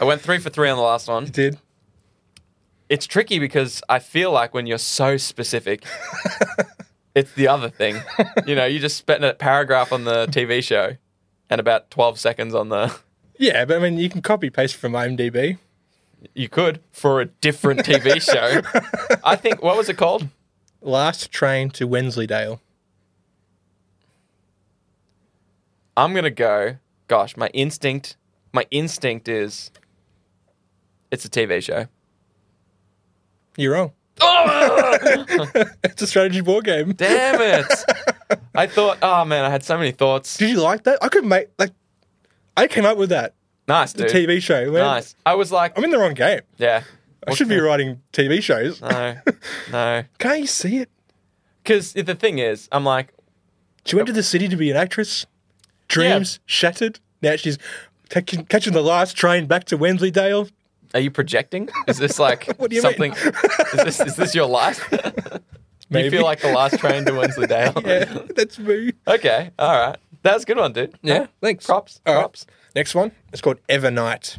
[SPEAKER 1] I went three for three on the last one.
[SPEAKER 2] Did
[SPEAKER 1] It's tricky because I feel like when you're so specific, it's the other thing. You know, you just spent a paragraph on the TV show and about 12 seconds on the.
[SPEAKER 2] yeah, but I mean, you can copy paste from IMDb.
[SPEAKER 1] You could for a different TV show. I think what was it called?
[SPEAKER 2] Last Train to Wensleydale.
[SPEAKER 1] I'm gonna go. Gosh, my instinct, my instinct is, it's a TV show.
[SPEAKER 2] You're wrong. it's a strategy board game.
[SPEAKER 1] Damn it! I thought, oh man, I had so many thoughts.
[SPEAKER 2] Did you like that? I could make like I came up with that.
[SPEAKER 1] Nice,
[SPEAKER 2] The
[SPEAKER 1] dude.
[SPEAKER 2] TV show. man.
[SPEAKER 1] Nice. I was like,
[SPEAKER 2] I'm in the wrong game.
[SPEAKER 1] yeah.
[SPEAKER 2] I should be writing TV shows.
[SPEAKER 1] No, no.
[SPEAKER 2] Can't you see it?
[SPEAKER 1] Because the thing is, I'm like,
[SPEAKER 2] She went to the city to be an actress. Dreams shattered. Now she's taking, catching the last train back to Wensleydale.
[SPEAKER 1] are you projecting? Is this like
[SPEAKER 2] What do you
[SPEAKER 1] something?
[SPEAKER 2] mean?
[SPEAKER 1] is this is this your life? you
[SPEAKER 2] Maybe.
[SPEAKER 1] feel like the last train to Wensleydale?
[SPEAKER 2] yeah, that's me.
[SPEAKER 1] Okay. All right. That was a good one, dude. Yeah.
[SPEAKER 2] thanks.
[SPEAKER 1] Props.
[SPEAKER 2] All right.
[SPEAKER 1] props.
[SPEAKER 2] Next one. It's called Evernight.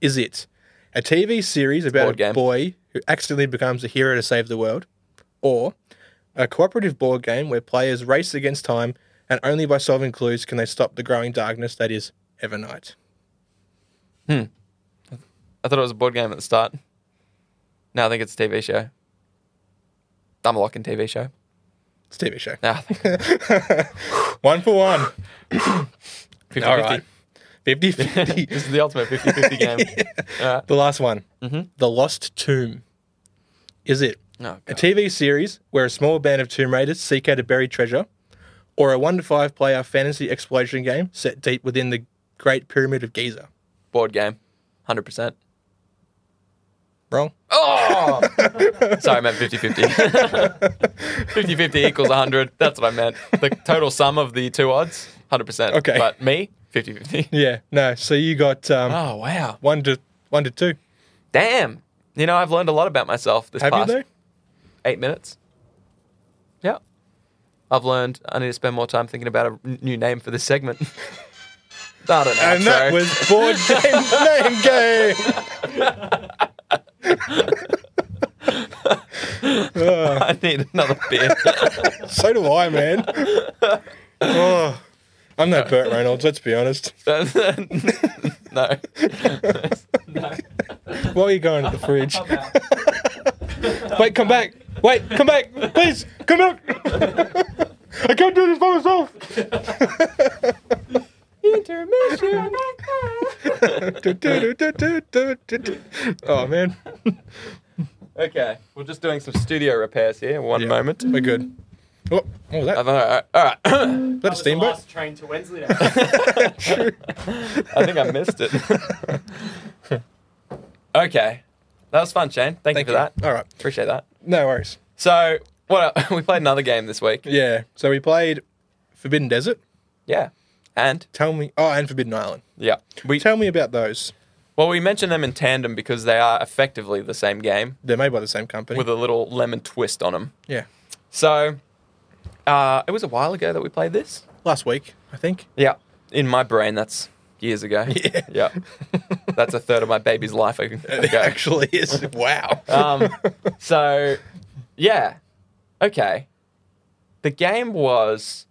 [SPEAKER 2] Is it a TV series about
[SPEAKER 1] board
[SPEAKER 2] a
[SPEAKER 1] game.
[SPEAKER 2] boy who accidentally becomes a hero to save the world, or a cooperative board game where players race against time and only by solving clues can they stop the growing darkness that is Evernight?
[SPEAKER 1] I thought it was a board game at the start. Now I think it's a TV show. I'm a locking TV show.
[SPEAKER 2] It's a TV show.
[SPEAKER 1] Now I think 50
[SPEAKER 2] One for one. All right. 50
[SPEAKER 1] this is the ultimate 50 50 game. Mm-hmm. All right.
[SPEAKER 2] The last one. The Lost Tomb. Is it
[SPEAKER 1] Oh,
[SPEAKER 2] A
[SPEAKER 1] God.
[SPEAKER 2] TV series where a small band of tomb raiders seek out a buried treasure, or a one to five player fantasy exploration game set deep within the Great Pyramid of Giza.
[SPEAKER 1] Board game. 100%.
[SPEAKER 2] Wrong.
[SPEAKER 1] Oh! Sorry, I meant 50 50. 50 50 equals 100. That's what I meant. The total sum of the two odds, 100%.
[SPEAKER 2] Okay.
[SPEAKER 1] But me, 50 50.
[SPEAKER 2] Yeah. No. So you got um,
[SPEAKER 1] Oh, wow.
[SPEAKER 2] one to one to two.
[SPEAKER 1] Damn. You know, I've learned a lot about myself this
[SPEAKER 2] Have
[SPEAKER 1] past
[SPEAKER 2] you though?
[SPEAKER 1] eight minutes. Yeah. I've learned I need to spend more time thinking about a n- new name for this segment. I don't know.
[SPEAKER 2] And that
[SPEAKER 1] outro.
[SPEAKER 2] was board game name game. Oh,
[SPEAKER 1] I need another beer.
[SPEAKER 2] so do I, man. Oh, I'm no Burt Reynolds. Let's be honest.
[SPEAKER 1] no.
[SPEAKER 3] No.
[SPEAKER 2] Why are you going to the fridge? Wait,
[SPEAKER 3] Come out.
[SPEAKER 2] come back. Wait, come back. Please, come back. I can't do this by myself.
[SPEAKER 1] Intermission.
[SPEAKER 2] oh, man.
[SPEAKER 1] okay, we're just doing some studio repairs here. One moment.
[SPEAKER 2] We're good. Oh, oh
[SPEAKER 1] All
[SPEAKER 2] that,
[SPEAKER 1] right, all right.
[SPEAKER 2] is
[SPEAKER 1] I
[SPEAKER 2] that a
[SPEAKER 3] was the
[SPEAKER 2] steamboat?
[SPEAKER 3] last train to Wensleydale.
[SPEAKER 2] True.
[SPEAKER 1] think I missed it. okay, that was fun, Shane. Thank,
[SPEAKER 2] Thank
[SPEAKER 1] you
[SPEAKER 2] you.
[SPEAKER 1] for that.
[SPEAKER 2] All right.
[SPEAKER 1] Appreciate that.
[SPEAKER 2] No worries.
[SPEAKER 1] So, what? we played another game this week.
[SPEAKER 2] Yeah. So we played Forbidden Desert.
[SPEAKER 1] Yeah, and
[SPEAKER 2] Tell me. Oh, and Forbidden Island.
[SPEAKER 1] yeah, we
[SPEAKER 2] Tell me about those.
[SPEAKER 1] well we mentioned them in tandem because they are effectively the same game
[SPEAKER 2] They're made by the same company.
[SPEAKER 1] with a little lemon twist on them.
[SPEAKER 2] yeah.
[SPEAKER 1] So, uh, it was a while ago that we played this.
[SPEAKER 2] Last week, I think.
[SPEAKER 1] Yeah, in my brain, that's years ago.
[SPEAKER 2] Yeah.
[SPEAKER 1] yeah, that's a third of my baby's life ago.
[SPEAKER 2] It actually is. Wow.
[SPEAKER 1] Um, so Yeah. Okay. The game was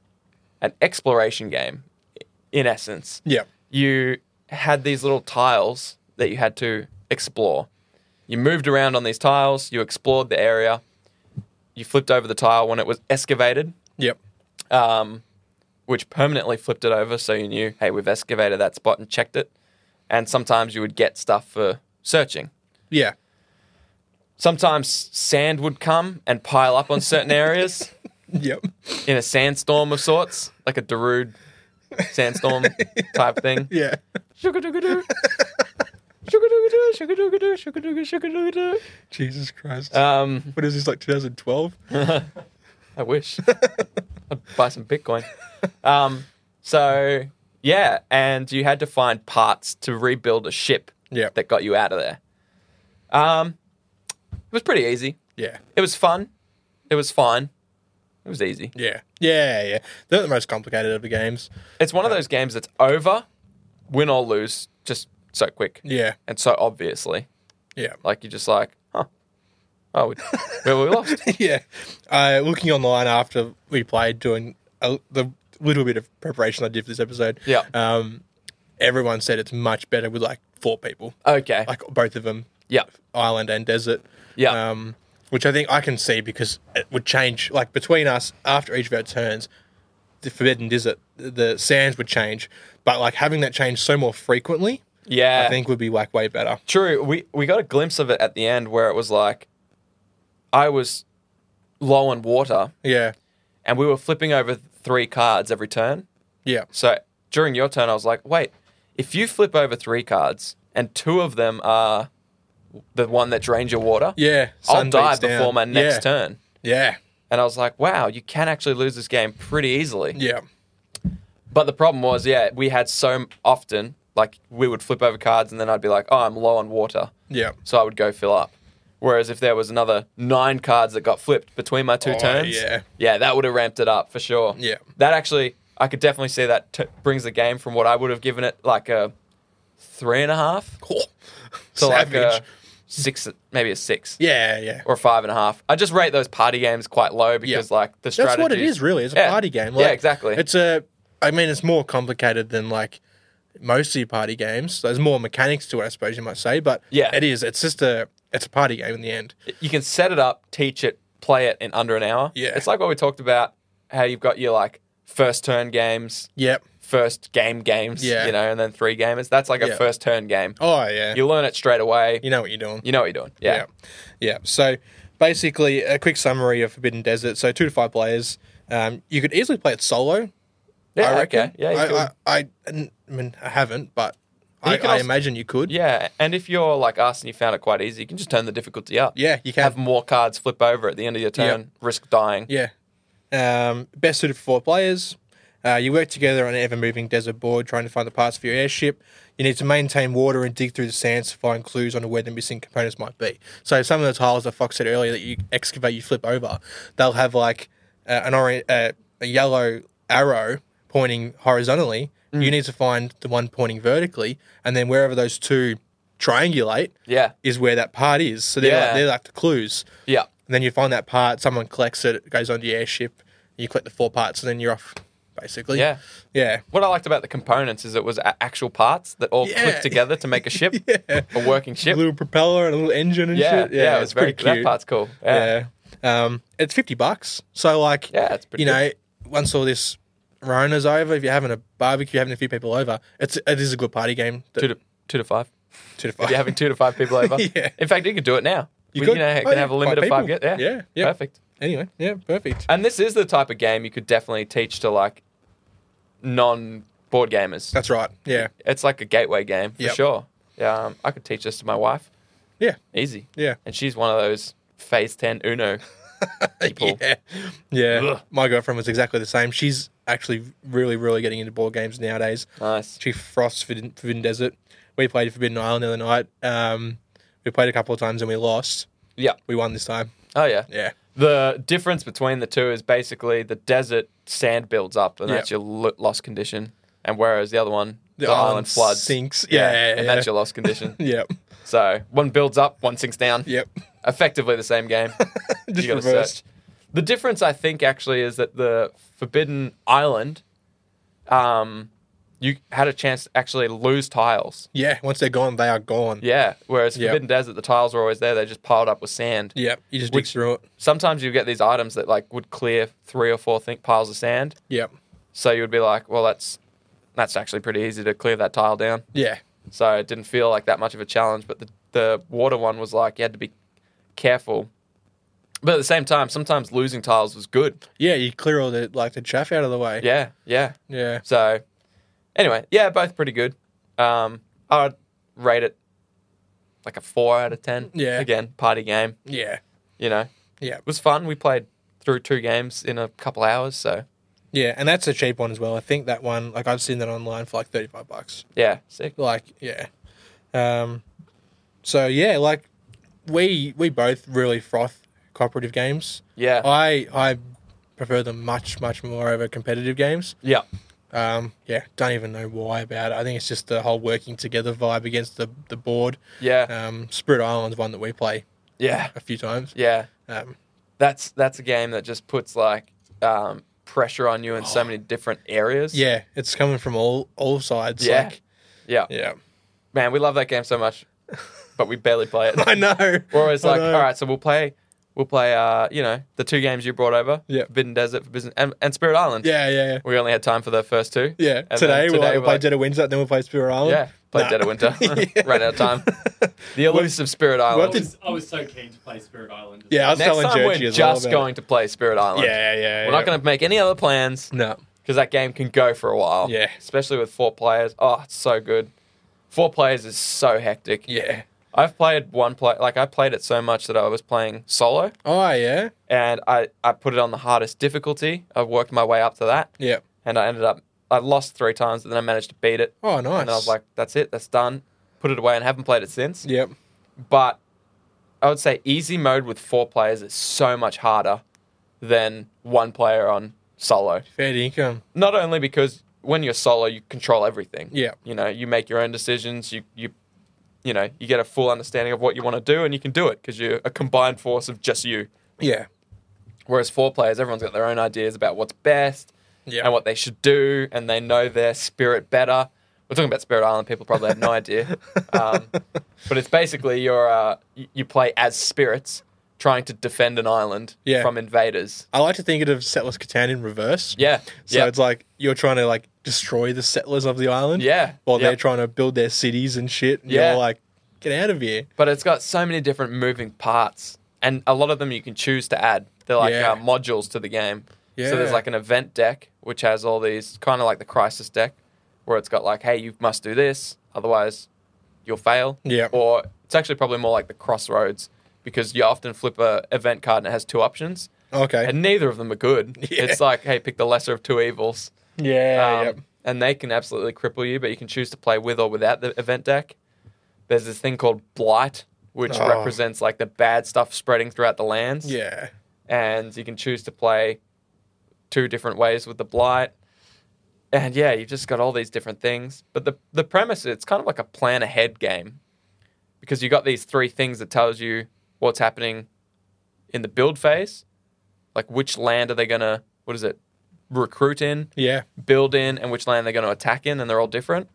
[SPEAKER 1] an exploration game, i- in essence.
[SPEAKER 2] Yeah.
[SPEAKER 1] You had these little tiles that you had to explore. You moved around on these tiles, you explored the area, you flipped over the tile when it was excavated,
[SPEAKER 2] Yep.
[SPEAKER 1] um, which permanently flipped it over so you knew, hey, we've excavated that spot and checked it. And sometimes you would get stuff for searching
[SPEAKER 2] Yeah.
[SPEAKER 1] sometimes sand would come and pile up on certain areas
[SPEAKER 2] Yep.
[SPEAKER 1] in a sandstorm of sorts, like a Darude sandstorm type thing.
[SPEAKER 2] Yeah.
[SPEAKER 1] Shugadoogadoo. Shugadoogadoo, shugadoogadoo, shugadoogadoo,
[SPEAKER 2] Jesus Christ.
[SPEAKER 1] shugadoogadoo. Um,
[SPEAKER 2] what is this like 2012?
[SPEAKER 1] I wish I'd buy some Bitcoin. Um, so yeah, and you had to find parts to rebuild a ship
[SPEAKER 2] Yep.
[SPEAKER 1] that got you out of there. Um, it was pretty easy.
[SPEAKER 2] Yeah.
[SPEAKER 1] It was fun. It was fine. It was easy.
[SPEAKER 2] Yeah. Yeah. Yeah. They're the most complicated of the games.
[SPEAKER 1] It's one of those games that's over, win or lose, just so quick
[SPEAKER 2] Yeah.
[SPEAKER 1] and so obviously.
[SPEAKER 2] Yeah.
[SPEAKER 1] Like you're just like, huh? Oh, we, well, we lost.
[SPEAKER 2] yeah. Uh, looking online after we played, doing a, the little bit of preparation I did for this episode.
[SPEAKER 1] Yeah.
[SPEAKER 2] Um, everyone said it's much better with like four people,
[SPEAKER 1] Okay.
[SPEAKER 2] like both of them,
[SPEAKER 1] yeah.
[SPEAKER 2] island and desert.
[SPEAKER 1] Yeah.
[SPEAKER 2] Um, which I think I can see because it would change like between us after each of our turns. The forbidden desert, the sands would change, but like having that change so more frequently,
[SPEAKER 1] Yeah.
[SPEAKER 2] I think would be like way better.
[SPEAKER 1] True. We we got a glimpse of it at the end where it was like, I was low on water
[SPEAKER 2] Yeah,
[SPEAKER 1] and we were flipping over three cards every turn.
[SPEAKER 2] yeah,
[SPEAKER 1] So during your turn, I was like, wait, if you flip over three cards and two of them are the one that drains your water,
[SPEAKER 2] yeah.
[SPEAKER 1] I'll
[SPEAKER 2] sun
[SPEAKER 1] die
[SPEAKER 2] beats down.
[SPEAKER 1] before my next
[SPEAKER 2] Yeah,
[SPEAKER 1] turn.
[SPEAKER 2] Yeah,
[SPEAKER 1] And I was like, wow, you can actually lose this game pretty easily.
[SPEAKER 2] yeah,
[SPEAKER 1] But the problem was, yeah, we had so m- often, like, we would flip over cards and then I'd be like, oh, I'm low on water.
[SPEAKER 2] yeah.
[SPEAKER 1] So I would go fill up. Whereas if there was another nine cards that got flipped between my two
[SPEAKER 2] Oh,
[SPEAKER 1] turns,
[SPEAKER 2] yeah.
[SPEAKER 1] yeah, that would have ramped it up for sure.
[SPEAKER 2] Yeah.
[SPEAKER 1] That actually, I could definitely see that t- brings the game from what I would have given it like a three and a half
[SPEAKER 2] Cool.
[SPEAKER 1] to
[SPEAKER 2] Savage.
[SPEAKER 1] like a six, maybe a six.
[SPEAKER 2] uh, yeah, yeah.
[SPEAKER 1] or five and a half. I just rate those party games quite low because like the strategy.
[SPEAKER 2] That's what it is, really. It's a
[SPEAKER 1] Yeah.
[SPEAKER 2] party game.
[SPEAKER 1] Yeah,
[SPEAKER 2] Like,
[SPEAKER 1] exactly.
[SPEAKER 2] It's a. I mean, it's more complicated than like most of your party games. There's more mechanics to it, I suppose you might say. But
[SPEAKER 1] Yeah.
[SPEAKER 2] it is. It's just a. It's a party game in the end.
[SPEAKER 1] You can set it up, teach it, play it in under an hour.
[SPEAKER 2] Yeah.
[SPEAKER 1] it's like what we talked about. How you've got your like first turn games,
[SPEAKER 2] Yep.
[SPEAKER 1] first game games,
[SPEAKER 2] Yeah.
[SPEAKER 1] you know, and then three gamers. That's like a
[SPEAKER 2] Yeah.
[SPEAKER 1] first turn game.
[SPEAKER 2] Oh yeah. You,
[SPEAKER 1] You learn it straight away.
[SPEAKER 2] know what you're doing.
[SPEAKER 1] You know what you're doing. Yeah,
[SPEAKER 2] yeah. Yeah. So basically, a quick summary of Forbidden Desert. So two to five players. Um, you could easily play it solo.
[SPEAKER 1] yeah,
[SPEAKER 2] I reckon.
[SPEAKER 1] okay, yeah, you
[SPEAKER 2] I,
[SPEAKER 1] could.
[SPEAKER 2] I, I, I mean, I haven't, but
[SPEAKER 1] And you
[SPEAKER 2] I,
[SPEAKER 1] can
[SPEAKER 2] I
[SPEAKER 1] also-
[SPEAKER 2] imagine you could.
[SPEAKER 1] yeah. And if you're like us and you found it quite easy, you can just turn the difficulty up.
[SPEAKER 2] Yeah, you can.
[SPEAKER 1] Have more cards flip over at the end of your turn, risk dying.
[SPEAKER 2] Yeah. Um, best suited for four players. Uh, you work together on an ever moving desert board trying to find the parts for your airship. You need to maintain water and dig through the sands to find clues on where the missing components might be. So, some of the tiles that Fox said earlier that you excavate, you flip over, they'll have like uh, an orange, uh, a yellow arrow pointing horizontally. You need to find the one pointing vertically, and then wherever those two triangulate
[SPEAKER 1] Yeah,
[SPEAKER 2] is where that part is. So, they're, like,
[SPEAKER 1] Yeah.
[SPEAKER 2] they're like the clues.
[SPEAKER 1] yeah.
[SPEAKER 2] And then you find that part, someone collects it, it goes onto your airship, you collect the four parts, and then you're off, basically.
[SPEAKER 1] Yeah.
[SPEAKER 2] Yeah.
[SPEAKER 1] What I liked about the components is it was a- actual parts that all
[SPEAKER 2] Yeah.
[SPEAKER 1] clicked together to make a ship,
[SPEAKER 2] Yeah.
[SPEAKER 1] a working
[SPEAKER 2] A
[SPEAKER 1] ship.
[SPEAKER 2] little propeller and a little engine and
[SPEAKER 1] Yeah, yeah,
[SPEAKER 2] shit.
[SPEAKER 1] it was very that part's cool. Yeah,
[SPEAKER 2] Yeah. Um, it's 50 bucks. So, like,
[SPEAKER 1] yeah, it's pretty.
[SPEAKER 2] you know, once all this Rona's over, if you're having a barbecue, having a few people over, it's it is a good party game.
[SPEAKER 1] good. two to two to five.
[SPEAKER 2] two to
[SPEAKER 1] If you're having two to five people over,
[SPEAKER 2] Yeah.
[SPEAKER 1] in fact, you could do it now.
[SPEAKER 2] You
[SPEAKER 1] We-
[SPEAKER 2] could?
[SPEAKER 1] know,
[SPEAKER 2] Oh,
[SPEAKER 1] can
[SPEAKER 2] yeah,
[SPEAKER 1] have a limit
[SPEAKER 2] five
[SPEAKER 1] of five.
[SPEAKER 2] people.
[SPEAKER 1] Get yeah,
[SPEAKER 2] Yeah, yeah.
[SPEAKER 1] perfect.
[SPEAKER 2] Anyway, yeah, perfect.
[SPEAKER 1] And this is the type of game you could definitely teach to like non board gamers.
[SPEAKER 2] That's right. Yeah.
[SPEAKER 1] It's like a gateway game for
[SPEAKER 2] Yep.
[SPEAKER 1] sure. Yeah, um, I could teach this to my wife,
[SPEAKER 2] Yeah.
[SPEAKER 1] easy,
[SPEAKER 2] Yeah.
[SPEAKER 1] and she's one of those phase ten Uno people.
[SPEAKER 2] Yeah. Yeah.
[SPEAKER 1] Ugh.
[SPEAKER 2] My girlfriend was exactly the same. She's actually really, really getting into board games nowadays.
[SPEAKER 1] Nice.
[SPEAKER 2] She frosts Forbidden, Forbidden Desert. We played Forbidden Island the other night. Um, we played a couple of times and we lost.
[SPEAKER 1] Yeah.
[SPEAKER 2] We won this time.
[SPEAKER 1] Oh yeah.
[SPEAKER 2] Yeah.
[SPEAKER 1] The difference between the two is basically the desert sand builds up, and that's your lo- lost condition. And whereas the other one, the, island, floods,
[SPEAKER 2] Sinks. Yeah. Yeah.
[SPEAKER 1] and that's your lost condition.
[SPEAKER 2] Yep.
[SPEAKER 1] so one builds up, one sinks down.
[SPEAKER 2] Yep.
[SPEAKER 1] effectively the same game.
[SPEAKER 2] Just
[SPEAKER 1] you gotta
[SPEAKER 2] reversed.
[SPEAKER 1] search. The difference, I think, actually, is that the Forbidden Island, um, you had a chance to actually lose tiles.
[SPEAKER 2] Yeah, once they're gone, they are gone.
[SPEAKER 1] Yeah, whereas
[SPEAKER 2] Yep.
[SPEAKER 1] Forbidden Desert, the tiles were always there; they just piled up with sand.
[SPEAKER 2] Yeah, you just dig
[SPEAKER 1] Which-
[SPEAKER 2] through it.
[SPEAKER 1] Sometimes you get these items that like would clear three or four think piles of sand,
[SPEAKER 2] Yep.
[SPEAKER 1] so you would be like, "Well, that's that's actually pretty easy to clear that tile down."
[SPEAKER 2] Yeah.
[SPEAKER 1] So it didn't feel like that much of a challenge. But the, the water one was like you had to be careful. But at the same time, sometimes losing tiles was good.
[SPEAKER 2] Yeah, you clear all the like the chaff out of the way.
[SPEAKER 1] Yeah, yeah.
[SPEAKER 2] Yeah.
[SPEAKER 1] So anyway, yeah, both pretty good. Um, I'd rate it like a four out of ten.
[SPEAKER 2] Yeah.
[SPEAKER 1] Again, party game.
[SPEAKER 2] Yeah.
[SPEAKER 1] You know.
[SPEAKER 2] Yeah.
[SPEAKER 1] It was fun. We played through two games in a couple hours. So
[SPEAKER 2] Yeah, and that's a cheap one as well. I think that one, like I've seen that online for like thirty five bucks.
[SPEAKER 1] yeah, sick.
[SPEAKER 2] Like, yeah. Um, so yeah, like we we both really froth cooperative games.
[SPEAKER 1] Yeah,
[SPEAKER 2] I I prefer them much much more over competitive games.
[SPEAKER 1] yeah,
[SPEAKER 2] Um, yeah, don't even know why about it. I think it's just the whole working together vibe against the the board.
[SPEAKER 1] yeah,
[SPEAKER 2] Um, Spirit Island's one that we play
[SPEAKER 1] yeah,
[SPEAKER 2] a few times.
[SPEAKER 1] yeah.
[SPEAKER 2] Um,
[SPEAKER 1] That's that's a game that just puts like um, pressure on you in so many different areas.
[SPEAKER 2] Oh. yeah, it's coming from all all sides.
[SPEAKER 1] Yeah.
[SPEAKER 2] Like,
[SPEAKER 1] yeah.
[SPEAKER 2] yeah.
[SPEAKER 1] Man, we love that game so much, but we barely play it.
[SPEAKER 2] I know.
[SPEAKER 1] We're always
[SPEAKER 2] I
[SPEAKER 1] like,
[SPEAKER 2] know.
[SPEAKER 1] all right, so we'll play, we'll play, uh, you know, the two games you brought over,
[SPEAKER 2] Yeah.
[SPEAKER 1] Forbidden Desert for business and, and Spirit Island.
[SPEAKER 2] Yeah, yeah, yeah.
[SPEAKER 1] We only had time for the first two.
[SPEAKER 2] Yeah,
[SPEAKER 1] And then
[SPEAKER 2] today,
[SPEAKER 1] today
[SPEAKER 2] we'll, like,
[SPEAKER 1] we're
[SPEAKER 2] we'll play
[SPEAKER 1] like-
[SPEAKER 2] Dead of Winter, then we'll play Spirit Island.
[SPEAKER 1] Yeah, played
[SPEAKER 2] Nah.
[SPEAKER 1] Dead of Winter,
[SPEAKER 2] Yeah.
[SPEAKER 1] ran out of time. The elusive Spirit
[SPEAKER 3] I
[SPEAKER 1] Island.
[SPEAKER 2] did-
[SPEAKER 3] was, I was so keen to play Spirit Island. as
[SPEAKER 2] Yeah, I
[SPEAKER 3] well.
[SPEAKER 2] was
[SPEAKER 1] Next
[SPEAKER 2] telling
[SPEAKER 1] time
[SPEAKER 2] Georgie
[SPEAKER 1] we're
[SPEAKER 2] as well
[SPEAKER 1] just
[SPEAKER 2] about it.
[SPEAKER 1] going to play Spirit Island.
[SPEAKER 2] Yeah, yeah.
[SPEAKER 1] We're not going to make any other plans
[SPEAKER 2] to. No.
[SPEAKER 1] because that game can go for a while.
[SPEAKER 2] Yeah.
[SPEAKER 1] especially with four players. Oh, it's so good. Four players is so hectic.
[SPEAKER 2] Yeah.
[SPEAKER 1] I've played one play like I played it so much that I was playing solo
[SPEAKER 2] Oh yeah.
[SPEAKER 1] and I, I put it on the hardest difficulty. I worked my way up to that
[SPEAKER 2] Yeah.
[SPEAKER 1] and I ended up I lost three times and then I managed to beat it.
[SPEAKER 2] Oh nice.
[SPEAKER 1] And I was like, that's it, that's done. Put it away and haven't played it since.
[SPEAKER 2] Yep.
[SPEAKER 1] But I would say easy mode with four players is so much harder than one player on solo.
[SPEAKER 2] Fair income.
[SPEAKER 1] Not only because when you're solo you control everything.
[SPEAKER 2] Yeah.
[SPEAKER 1] You know, you make your own decisions, you you you know, you get a full understanding of what you want to do and you can do it because you're a combined force of just you.
[SPEAKER 2] Yeah.
[SPEAKER 1] Whereas four players, everyone's got their own ideas about what's best
[SPEAKER 2] Yeah.
[SPEAKER 1] and what they should do, and they know their spirit better. We're talking about Spirit Island. People probably have no idea, um, but it's basically you're uh, y- you play as spirits trying to defend an island
[SPEAKER 2] Yeah.
[SPEAKER 1] from invaders.
[SPEAKER 2] I like to think of Settlers of Catan in reverse.
[SPEAKER 1] Yeah,
[SPEAKER 2] So
[SPEAKER 1] yeah,
[SPEAKER 2] it's like you're trying to like destroy the settlers of the island.
[SPEAKER 1] yeah,
[SPEAKER 2] While
[SPEAKER 1] yeah.
[SPEAKER 2] they're trying to build their cities and shit. And yeah.
[SPEAKER 1] Yeah.
[SPEAKER 2] You're like, get out of here.
[SPEAKER 1] but it's got so many different moving parts, and a lot of them you can choose to add. They're like
[SPEAKER 2] Yeah.
[SPEAKER 1] uh, modules to the game.
[SPEAKER 2] Yeah.
[SPEAKER 1] So there's like an event deck which has all these kind of like the crisis deck, where it's got like, hey, you must do this, otherwise you'll fail.
[SPEAKER 2] Yeah.
[SPEAKER 1] Or it's actually probably more like the crossroads because you often flip a event card and it has two options,
[SPEAKER 2] Okay.
[SPEAKER 1] and neither of them are good.
[SPEAKER 2] Yeah.
[SPEAKER 1] It's like, hey, pick the lesser of two evils.
[SPEAKER 2] yeah.
[SPEAKER 1] Um,
[SPEAKER 2] yep.
[SPEAKER 1] And they can absolutely cripple you, but you can choose to play with or without the event deck. There's this thing called blight, which
[SPEAKER 2] Oh.
[SPEAKER 1] represents like the bad stuff spreading throughout the lands
[SPEAKER 2] Yeah.
[SPEAKER 1] and you can choose to play two different ways with the blight. And yeah, you've just got all these different things. But the the premise it's kind of like a plan ahead game because you got these three things that tells you what's happening in the build phase, like which land are they gonna what is it recruit in,
[SPEAKER 2] Yeah.
[SPEAKER 1] build in, and which land they're gonna attack in, and they're all different.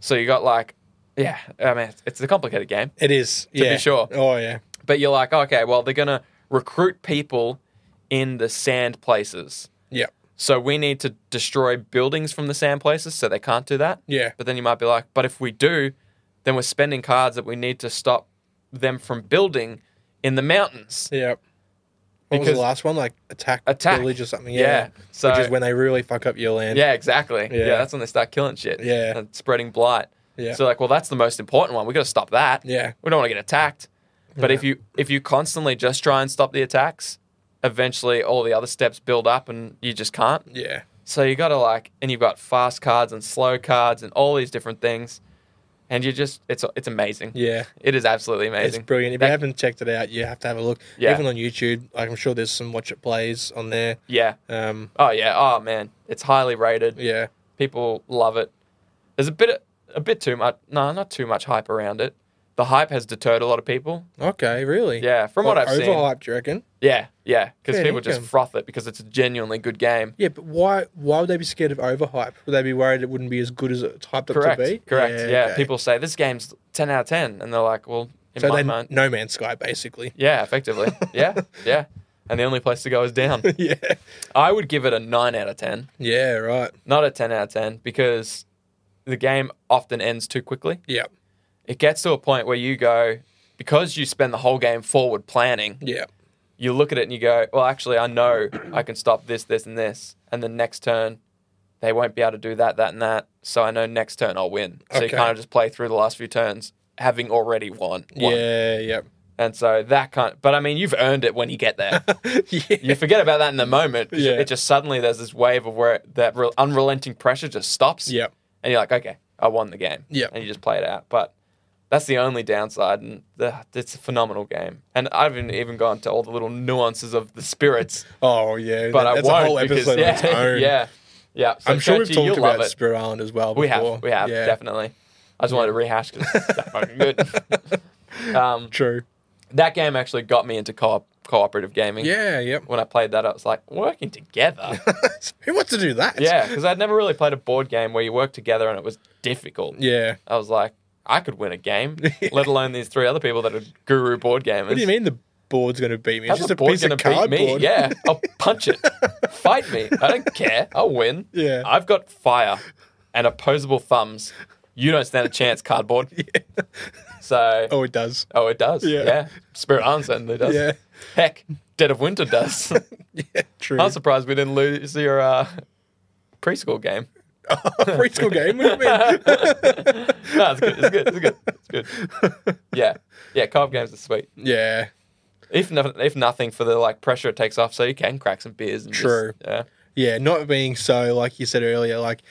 [SPEAKER 1] So you got like yeah, I mean it's, it's a complicated game
[SPEAKER 2] It is.
[SPEAKER 1] be
[SPEAKER 2] yeah.
[SPEAKER 1] sure.
[SPEAKER 2] Oh yeah.
[SPEAKER 1] but you're like, okay, well, they're going to recruit people in the sand places.
[SPEAKER 2] Yeah.
[SPEAKER 1] So we need to destroy buildings from the sand places, so they can't do that.
[SPEAKER 2] Yeah.
[SPEAKER 1] But then you might be like, but if we do, then we're spending cards that we need to stop them from building in the mountains.
[SPEAKER 2] Yeah. What was
[SPEAKER 1] Because-
[SPEAKER 2] the last one? Like attack,
[SPEAKER 1] Attack.
[SPEAKER 2] village or something.
[SPEAKER 1] Yeah.
[SPEAKER 2] Yeah.
[SPEAKER 1] So
[SPEAKER 2] Which is when they really fuck up your land.
[SPEAKER 1] yeah, exactly. Yeah.
[SPEAKER 2] Yeah.
[SPEAKER 1] that's when they start killing shit.
[SPEAKER 2] Yeah.
[SPEAKER 1] and spreading blight.
[SPEAKER 2] Yeah.
[SPEAKER 1] So like, well, that's the most important one. We got to stop that.
[SPEAKER 2] yeah.
[SPEAKER 1] we don't want to get attacked. But if you if you constantly just try and stop the attacks, eventually all the other steps build up and you just can't.
[SPEAKER 2] Yeah.
[SPEAKER 1] So you got to like, and you've got fast cards and slow cards and all these different things, and you just it's it's amazing.
[SPEAKER 2] Yeah.
[SPEAKER 1] It is absolutely amazing.
[SPEAKER 2] It's brilliant. If
[SPEAKER 1] That-
[SPEAKER 2] you haven't checked it out, you have to have a look.
[SPEAKER 1] Yeah.
[SPEAKER 2] Even on YouTube, like I'm sure there's some watch it plays on there.
[SPEAKER 1] yeah.
[SPEAKER 2] Um,
[SPEAKER 1] Oh yeah. Oh man, it's highly rated.
[SPEAKER 2] yeah,
[SPEAKER 1] People love it. There's a bit a bit too much. No, not too much hype around it. the hype has deterred a lot of people.
[SPEAKER 2] Okay, really?
[SPEAKER 1] Yeah, from what
[SPEAKER 2] Like,
[SPEAKER 1] I've seen.
[SPEAKER 2] overhyped, do you reckon?
[SPEAKER 1] Yeah, yeah, because
[SPEAKER 2] Fair
[SPEAKER 1] people just
[SPEAKER 2] dinkum.
[SPEAKER 1] froth it because it's a genuinely good game.
[SPEAKER 2] Yeah, but why? Why would they be scared of overhype? Would they be worried it wouldn't be as good as it's hyped up
[SPEAKER 1] Correct.
[SPEAKER 2] to be?
[SPEAKER 1] Correct. Yeah,
[SPEAKER 2] okay.
[SPEAKER 1] people say this game's ten out of ten, and they're like, well, in
[SPEAKER 2] So
[SPEAKER 1] my
[SPEAKER 2] they
[SPEAKER 1] mind,
[SPEAKER 2] No Man's Sky, basically.
[SPEAKER 1] yeah, effectively, yeah, yeah. And the only place to go is down.
[SPEAKER 2] yeah.
[SPEAKER 1] I would give it a nine out of ten,
[SPEAKER 2] Yeah. Right.
[SPEAKER 1] not a ten out of ten, because the game often ends too quickly.
[SPEAKER 2] Yeah.
[SPEAKER 1] It gets to a point where you go because you spend the whole game forward planning.
[SPEAKER 2] Yeah.
[SPEAKER 1] You look at it and you go, well, actually, I know I can stop this, this, and this, and the next turn. They won't be able to do that, that, and that. So I know next turn I'll win. So you
[SPEAKER 2] Okay.
[SPEAKER 1] kind of just play through the last few turns, having already won. won.
[SPEAKER 2] Yeah. Yeah.
[SPEAKER 1] And so that kind but I mean, you've earned it when you get there.
[SPEAKER 2] yeah.
[SPEAKER 1] you forget about that in the moment. 'cause
[SPEAKER 2] Yeah.
[SPEAKER 1] It just suddenly there's this wave of where that re- unrelenting pressure just stops.
[SPEAKER 2] Yeah.
[SPEAKER 1] And you're like, okay, I won the game.
[SPEAKER 2] Yeah.
[SPEAKER 1] And you just play it out. But that's the only downside. And the, it's a phenomenal game. And I haven't even gone to all the little nuances of the spirits,
[SPEAKER 2] Oh yeah.
[SPEAKER 1] but
[SPEAKER 2] That's
[SPEAKER 1] I won't.
[SPEAKER 2] a whole
[SPEAKER 1] because-
[SPEAKER 2] episode on its
[SPEAKER 1] yeah,
[SPEAKER 2] own.
[SPEAKER 1] yeah. Yeah. So
[SPEAKER 2] I'm sure we've
[SPEAKER 1] Churchy, you'll
[SPEAKER 2] talked
[SPEAKER 1] love
[SPEAKER 2] about
[SPEAKER 1] it.
[SPEAKER 2] Spirit Island as well. Before.
[SPEAKER 1] We have. We have,
[SPEAKER 2] Yeah.
[SPEAKER 1] definitely. I just wanted to rehash because it's that fucking good. um,
[SPEAKER 2] True.
[SPEAKER 1] that game actually got me into co- cooperative gaming.
[SPEAKER 2] Yeah. Yep.
[SPEAKER 1] When I played that, I was like, working together.
[SPEAKER 2] Who wants to do that?
[SPEAKER 1] yeah, because I'd never really played a board game where you work together and it was difficult.
[SPEAKER 2] Yeah.
[SPEAKER 1] I was like, I could win a game, let alone these three other people that are guru board gamers.
[SPEAKER 2] What do you mean the board's going to beat me?
[SPEAKER 1] How's
[SPEAKER 2] It's just
[SPEAKER 1] the
[SPEAKER 2] a
[SPEAKER 1] board
[SPEAKER 2] piece of
[SPEAKER 1] gonna
[SPEAKER 2] cardboard.
[SPEAKER 1] beat me? Yeah, I'll punch it. Fight me. I don't care. I'll win.
[SPEAKER 2] Yeah.
[SPEAKER 1] I've got fire and opposable thumbs. You don't stand a chance, cardboard. So, oh,
[SPEAKER 2] Oh, it does.
[SPEAKER 1] it does.
[SPEAKER 2] Yeah.
[SPEAKER 1] Yeah. Spirit Island certainly does.
[SPEAKER 2] Yeah.
[SPEAKER 1] Heck, Dead of Winter does.
[SPEAKER 2] Yeah. True.
[SPEAKER 1] I'm surprised we didn't lose your uh, preschool game.
[SPEAKER 2] Oh, preschool game. What do you mean?
[SPEAKER 1] No, it's good. It's good. It's good. It's good. Yeah, yeah. Co-op games are sweet.
[SPEAKER 2] yeah.
[SPEAKER 1] If no, if nothing for the like pressure it takes off, so you can crack some beers. And just-
[SPEAKER 2] True.
[SPEAKER 1] yeah.
[SPEAKER 2] Yeah. Not being so, like you said earlier, like,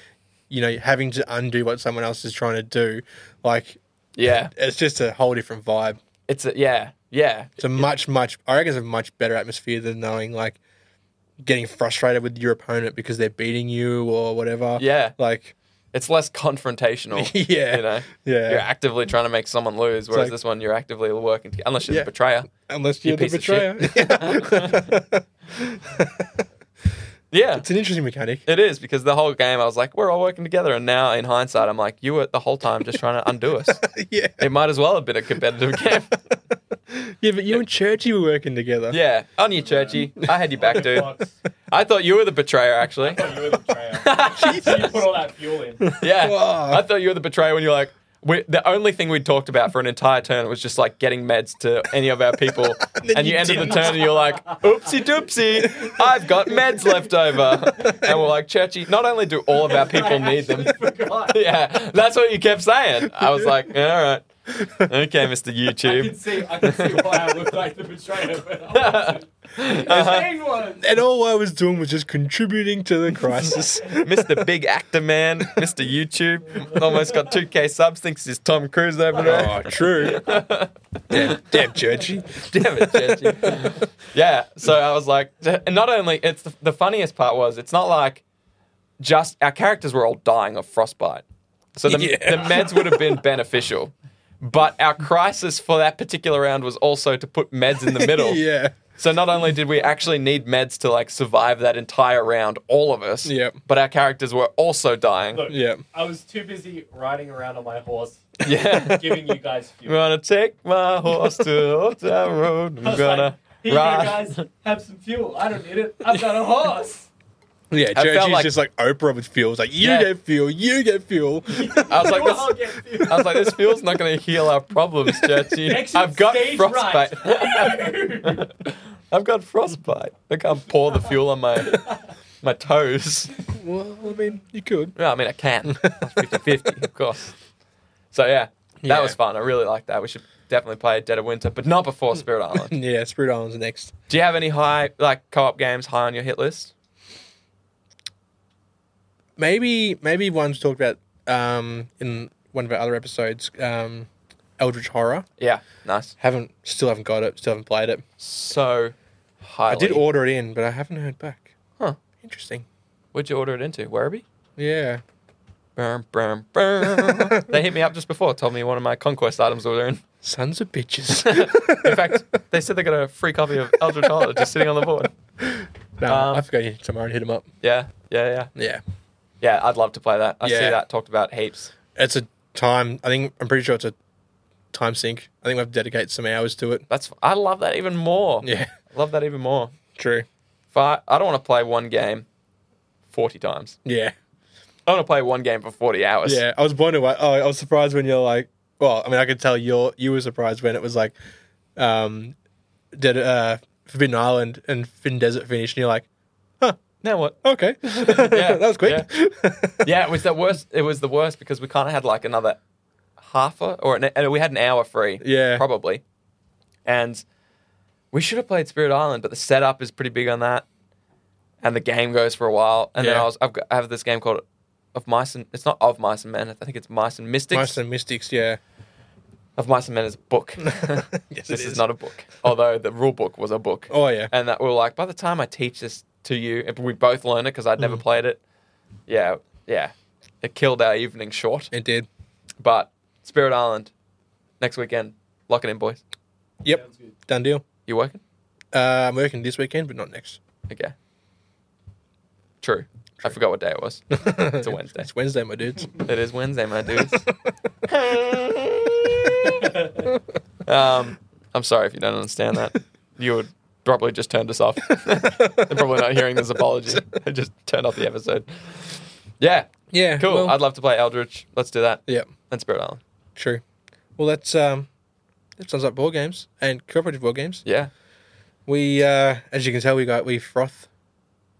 [SPEAKER 2] you know, having to undo what someone else is trying to do. Like,
[SPEAKER 1] Yeah.
[SPEAKER 2] it's just a whole different vibe.
[SPEAKER 1] It's a, yeah. Yeah.
[SPEAKER 2] It's a much, much, I reckon it's a much better atmosphere than knowing, like, getting frustrated with your opponent because they're beating you or whatever.
[SPEAKER 1] Yeah.
[SPEAKER 2] Like,
[SPEAKER 1] It's less confrontational.
[SPEAKER 2] yeah.
[SPEAKER 1] You know.
[SPEAKER 2] Yeah.
[SPEAKER 1] You're actively trying to make someone lose, whereas
[SPEAKER 2] like-
[SPEAKER 1] this one you're actively working to, unless you're
[SPEAKER 2] Yeah.
[SPEAKER 1] the betrayer.
[SPEAKER 2] Unless
[SPEAKER 1] You
[SPEAKER 2] you're the
[SPEAKER 1] piece of
[SPEAKER 2] betrayer.
[SPEAKER 1] shit.
[SPEAKER 2] Yeah.
[SPEAKER 1] Yeah.
[SPEAKER 2] it's an interesting mechanic.
[SPEAKER 1] It is because the whole game I was like, we're all working together, and now in hindsight, I'm like, you were the whole time just trying to undo us.
[SPEAKER 2] yeah.
[SPEAKER 1] It might as well have been a competitive game.
[SPEAKER 2] Yeah, but you and Churchy were working together.
[SPEAKER 1] Yeah, on you, Churchy. I had you back, dude.
[SPEAKER 3] Fox,
[SPEAKER 1] I thought you were the betrayer, actually.
[SPEAKER 3] you were the betrayer. so you put all that fuel in.
[SPEAKER 1] Yeah.
[SPEAKER 2] Wow.
[SPEAKER 1] I thought you were the betrayer when you're like, we, the only thing we'd talked about for an entire turn was just like getting meds to any of our people. and
[SPEAKER 2] then
[SPEAKER 1] you,
[SPEAKER 2] you
[SPEAKER 1] ended the
[SPEAKER 2] didn't.
[SPEAKER 1] turn and you're like, oopsie doopsie, I've got meds left over. And we're like, Churchy, not only do all of our people
[SPEAKER 3] I
[SPEAKER 1] need them.
[SPEAKER 3] actually Forgot.
[SPEAKER 1] Yeah, that's what you kept saying. I was like, all right. Okay, Mr.
[SPEAKER 3] I can
[SPEAKER 1] YouTube.
[SPEAKER 3] see, I can see why I looked like the betrayer, but I wasn't.
[SPEAKER 1] Uh-huh.
[SPEAKER 3] Shane was.
[SPEAKER 2] And all I was doing was just contributing to the crisis.
[SPEAKER 1] Mr. Big Actor Man, Mr. YouTube, almost got 2K subs, thinks it's Tom Cruise over there.
[SPEAKER 2] oh, true. damn, damn Churchy.
[SPEAKER 1] Damn it, Judgy. yeah, so I was like, and not only, it's the, the funniest part was, it's not like just our characters were all dying of frostbite. So the,
[SPEAKER 2] Yeah.
[SPEAKER 1] the meds would have been beneficial. But our crisis for that particular round was also to put meds in the middle.
[SPEAKER 2] yeah.
[SPEAKER 1] So not only did we actually need meds to like survive that entire round, all of us,
[SPEAKER 2] Yep.
[SPEAKER 1] but our characters were also dying.
[SPEAKER 3] Look,
[SPEAKER 2] Yeah.
[SPEAKER 3] I was too busy riding around on my horse,
[SPEAKER 1] Yeah.
[SPEAKER 3] giving you guys
[SPEAKER 1] I'm
[SPEAKER 3] fuel.
[SPEAKER 1] gonna take my horse to Old Town Road. I'm
[SPEAKER 3] I was
[SPEAKER 1] gonna
[SPEAKER 3] like, here you
[SPEAKER 1] ride.
[SPEAKER 3] guys have some fuel. I don't need it. I've got a horse.
[SPEAKER 2] Yeah,
[SPEAKER 1] I felt
[SPEAKER 2] Churchy's
[SPEAKER 1] like-
[SPEAKER 2] just like Oprah with fuel. It's like, you
[SPEAKER 1] Yeah.
[SPEAKER 2] get fuel, you get fuel.
[SPEAKER 1] I was like,
[SPEAKER 3] You all
[SPEAKER 1] this,
[SPEAKER 3] get fuel.
[SPEAKER 1] I was like, this fuel's not gonna heal our problems, Churchy.
[SPEAKER 3] Section
[SPEAKER 1] I've got
[SPEAKER 3] stage
[SPEAKER 1] frostbite.
[SPEAKER 3] right.
[SPEAKER 1] I've got frostbite. I can't pour the fuel on my my toes.
[SPEAKER 2] well, I mean, you could.
[SPEAKER 1] Well, I mean, I can. 50-50, of course. So yeah, that
[SPEAKER 2] Yeah.
[SPEAKER 1] was fun. I really liked that. We should definitely play Dead of Winter, but not before Spirit Island.
[SPEAKER 2] Yeah, Spirit Island's next.
[SPEAKER 1] Do you have any high like co-op games high on your hit list?
[SPEAKER 2] Maybe maybe one's talked about um, in one of our other episodes, um, Eldritch Horror.
[SPEAKER 1] Yeah, nice.
[SPEAKER 2] Haven't still haven't got it, still haven't played it.
[SPEAKER 1] So high.
[SPEAKER 2] I did order it in, but I haven't heard back.
[SPEAKER 1] Huh.
[SPEAKER 2] Interesting.
[SPEAKER 1] Where'd you order it into? Werribee.
[SPEAKER 2] Yeah.
[SPEAKER 1] Brum, brum, brum. they hit me up just before, told me one of my conquest items were in.
[SPEAKER 2] Sons of bitches.
[SPEAKER 1] In fact, they said they got a free copy of Eldritch Horror just sitting on the board.
[SPEAKER 2] no,
[SPEAKER 1] um,
[SPEAKER 2] I forgot you tomorrow and hit him up.
[SPEAKER 1] Yeah, yeah, yeah.
[SPEAKER 2] Yeah.
[SPEAKER 1] Yeah, I'd love to play that. I see
[SPEAKER 2] Yeah.
[SPEAKER 1] that talked about heaps.
[SPEAKER 2] It's a time, I think, I'm pretty sure it's a time sink. I think we have to dedicate some hours to it.
[SPEAKER 1] That's I love that even more.
[SPEAKER 2] Yeah,
[SPEAKER 1] Love that even more.
[SPEAKER 2] true.
[SPEAKER 1] If I, I don't want to play one game 40 times.
[SPEAKER 2] Yeah.
[SPEAKER 1] I want to play one game for 40 hours.
[SPEAKER 2] Yeah, I was blown away. Oh, I was surprised when you're like, well, I mean, I could tell you're you were surprised when it was like, um, did uh, Forbidden Island and Finn Desert finish, and you're like,
[SPEAKER 1] Now what?
[SPEAKER 2] okay, that was quick.
[SPEAKER 1] Yeah, it was the worst. It was the worst because we kind of had like another half a, or an, and we had an hour free.
[SPEAKER 2] Yeah.
[SPEAKER 1] probably. And we should have played Spirit Island, but the setup is pretty big on that, and the game goes for a while. And then
[SPEAKER 2] Yeah.
[SPEAKER 1] I was I've got, I have this game called of mice and it's not of mice and men. I think it's mice and mystics.
[SPEAKER 2] Mice and Mystics, yeah,
[SPEAKER 1] Of mice and men is a book. this
[SPEAKER 2] Yes, it
[SPEAKER 1] is.
[SPEAKER 2] is.
[SPEAKER 1] not a book, although the rule book was a book.
[SPEAKER 2] oh yeah,
[SPEAKER 1] And that we were like, by the time I teach this to you, and we both learn it because I'd
[SPEAKER 2] Mm.
[SPEAKER 1] never played it. Yeah, yeah. It killed our evening short.
[SPEAKER 2] it did.
[SPEAKER 1] But Spirit Island next weekend. Lock it in, boys.
[SPEAKER 2] Yep,
[SPEAKER 3] Sounds good.
[SPEAKER 2] done deal.
[SPEAKER 1] You working?
[SPEAKER 2] Uh, I'm working this weekend, but not next.
[SPEAKER 1] Okay. True. I forgot what day it was.
[SPEAKER 2] it's
[SPEAKER 1] a Wednesday.
[SPEAKER 2] it's Wednesday, my dudes.
[SPEAKER 1] it is Wednesday, my dudes. um, I'm sorry if you don't understand that. You would probably just turned us off. They're probably not hearing this apology. I just turned off the episode. Yeah.
[SPEAKER 2] Yeah,
[SPEAKER 1] Cool.
[SPEAKER 2] well,
[SPEAKER 1] I'd love to play Eldritch. Let's do that.
[SPEAKER 2] yeah,
[SPEAKER 1] And Spirit Island.
[SPEAKER 2] true. Well, that's um, that sounds like board games and cooperative board games.
[SPEAKER 1] Yeah,
[SPEAKER 2] We, uh, as you can tell, we got we froth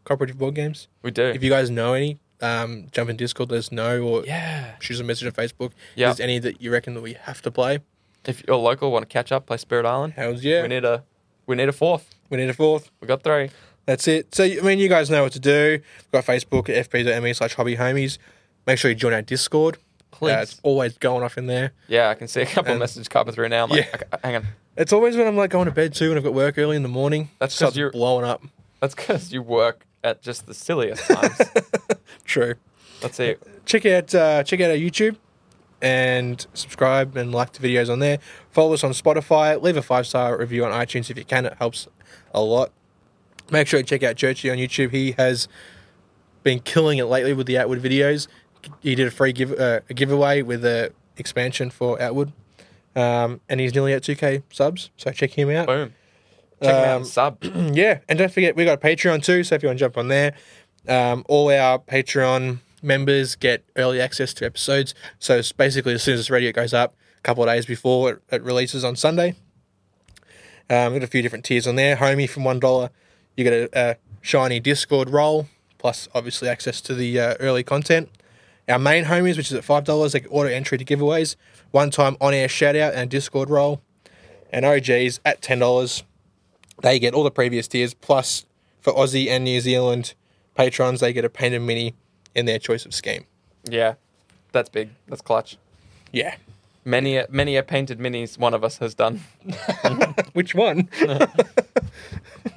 [SPEAKER 2] cooperative board games.
[SPEAKER 1] we do.
[SPEAKER 2] If you guys know any, um, jump in Discord, let us know, or
[SPEAKER 1] yeah.
[SPEAKER 2] shoot us a message on Facebook.
[SPEAKER 1] Yeah.
[SPEAKER 2] If there's any that you reckon that we have to play,
[SPEAKER 1] If you're local, want to catch up, play Spirit Island.
[SPEAKER 2] how's yeah?
[SPEAKER 1] We need a we need a fourth.
[SPEAKER 2] We need a fourth.
[SPEAKER 1] We got three.
[SPEAKER 2] That's it. So, I mean, you guys know what to do. We've got Facebook at fb.me slash hobby homies. Make sure you join our Discord.
[SPEAKER 1] Please.
[SPEAKER 2] Uh, it's always going off in there.
[SPEAKER 1] Yeah, I can see a couple
[SPEAKER 2] And-
[SPEAKER 1] messages coming through now. I'm like,
[SPEAKER 2] Yeah.
[SPEAKER 1] okay, hang on.
[SPEAKER 2] It's always when I'm like going to bed too, and I've got work early in the morning.
[SPEAKER 1] That's 'cause
[SPEAKER 2] starts
[SPEAKER 1] you're-
[SPEAKER 2] blowing up.
[SPEAKER 1] That's because you work at just the silliest times.
[SPEAKER 2] True.
[SPEAKER 1] Let's see.
[SPEAKER 2] check out uh, check out our YouTube and subscribe and like the videos on there. Follow us on Spotify. Leave a five star review on iTunes if you can. It helps a lot. Make sure you check out Churchy on YouTube. He has been killing it lately with the Outwood videos. He did a free give uh, a giveaway with a expansion for Outwood, um, and he's nearly at two k subs. So check him out.
[SPEAKER 1] Boom. Check 'em out
[SPEAKER 2] Um,
[SPEAKER 1] and sub.
[SPEAKER 2] Yeah, and don't forget we got a Patreon too. So if you want to jump on there, um, all our Patreon members get early access to episodes. So it's basically, as soon as this radio goes up, a couple of days before it, it releases on Sunday, um, we've got a few different tiers on there. Homie from one dollar, you get a, a shiny Discord role, plus obviously access to the uh, early content. Our main homies, which is at five dollars, they get auto entry to giveaways, one time on air shout out, and Discord role. And OGs at ten dollars, they get all the previous tiers plus for Aussie and New Zealand patrons they get a painted mini in their choice of scheme.
[SPEAKER 1] Yeah, that's big. That's clutch.
[SPEAKER 2] Yeah.
[SPEAKER 1] Many a, many a painted minis one of us has done.
[SPEAKER 2] Which one?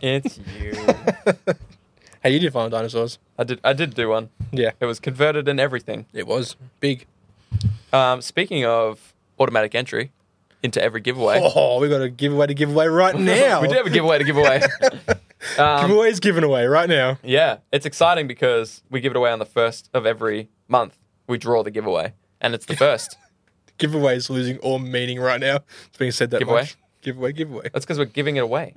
[SPEAKER 1] It's you.
[SPEAKER 2] hey, you did Final Dinosaurs.
[SPEAKER 1] I did I did do one.
[SPEAKER 2] Yeah.
[SPEAKER 1] It was converted and everything.
[SPEAKER 2] It was big.
[SPEAKER 1] Um, speaking of automatic entry into every giveaway,
[SPEAKER 2] Oh, we got a giveaway to giveaway right now.
[SPEAKER 1] we do have a giveaway to give away. um,
[SPEAKER 2] Giveaway's given away right now.
[SPEAKER 1] Yeah, it's exciting because we give it away on the first of every month. We draw the giveaway, and it's the first.
[SPEAKER 2] Giveaway's losing all meaning right now. It's being said that
[SPEAKER 1] Giveaway?
[SPEAKER 2] much. Giveaway, giveaway.
[SPEAKER 1] That's because we're giving it away.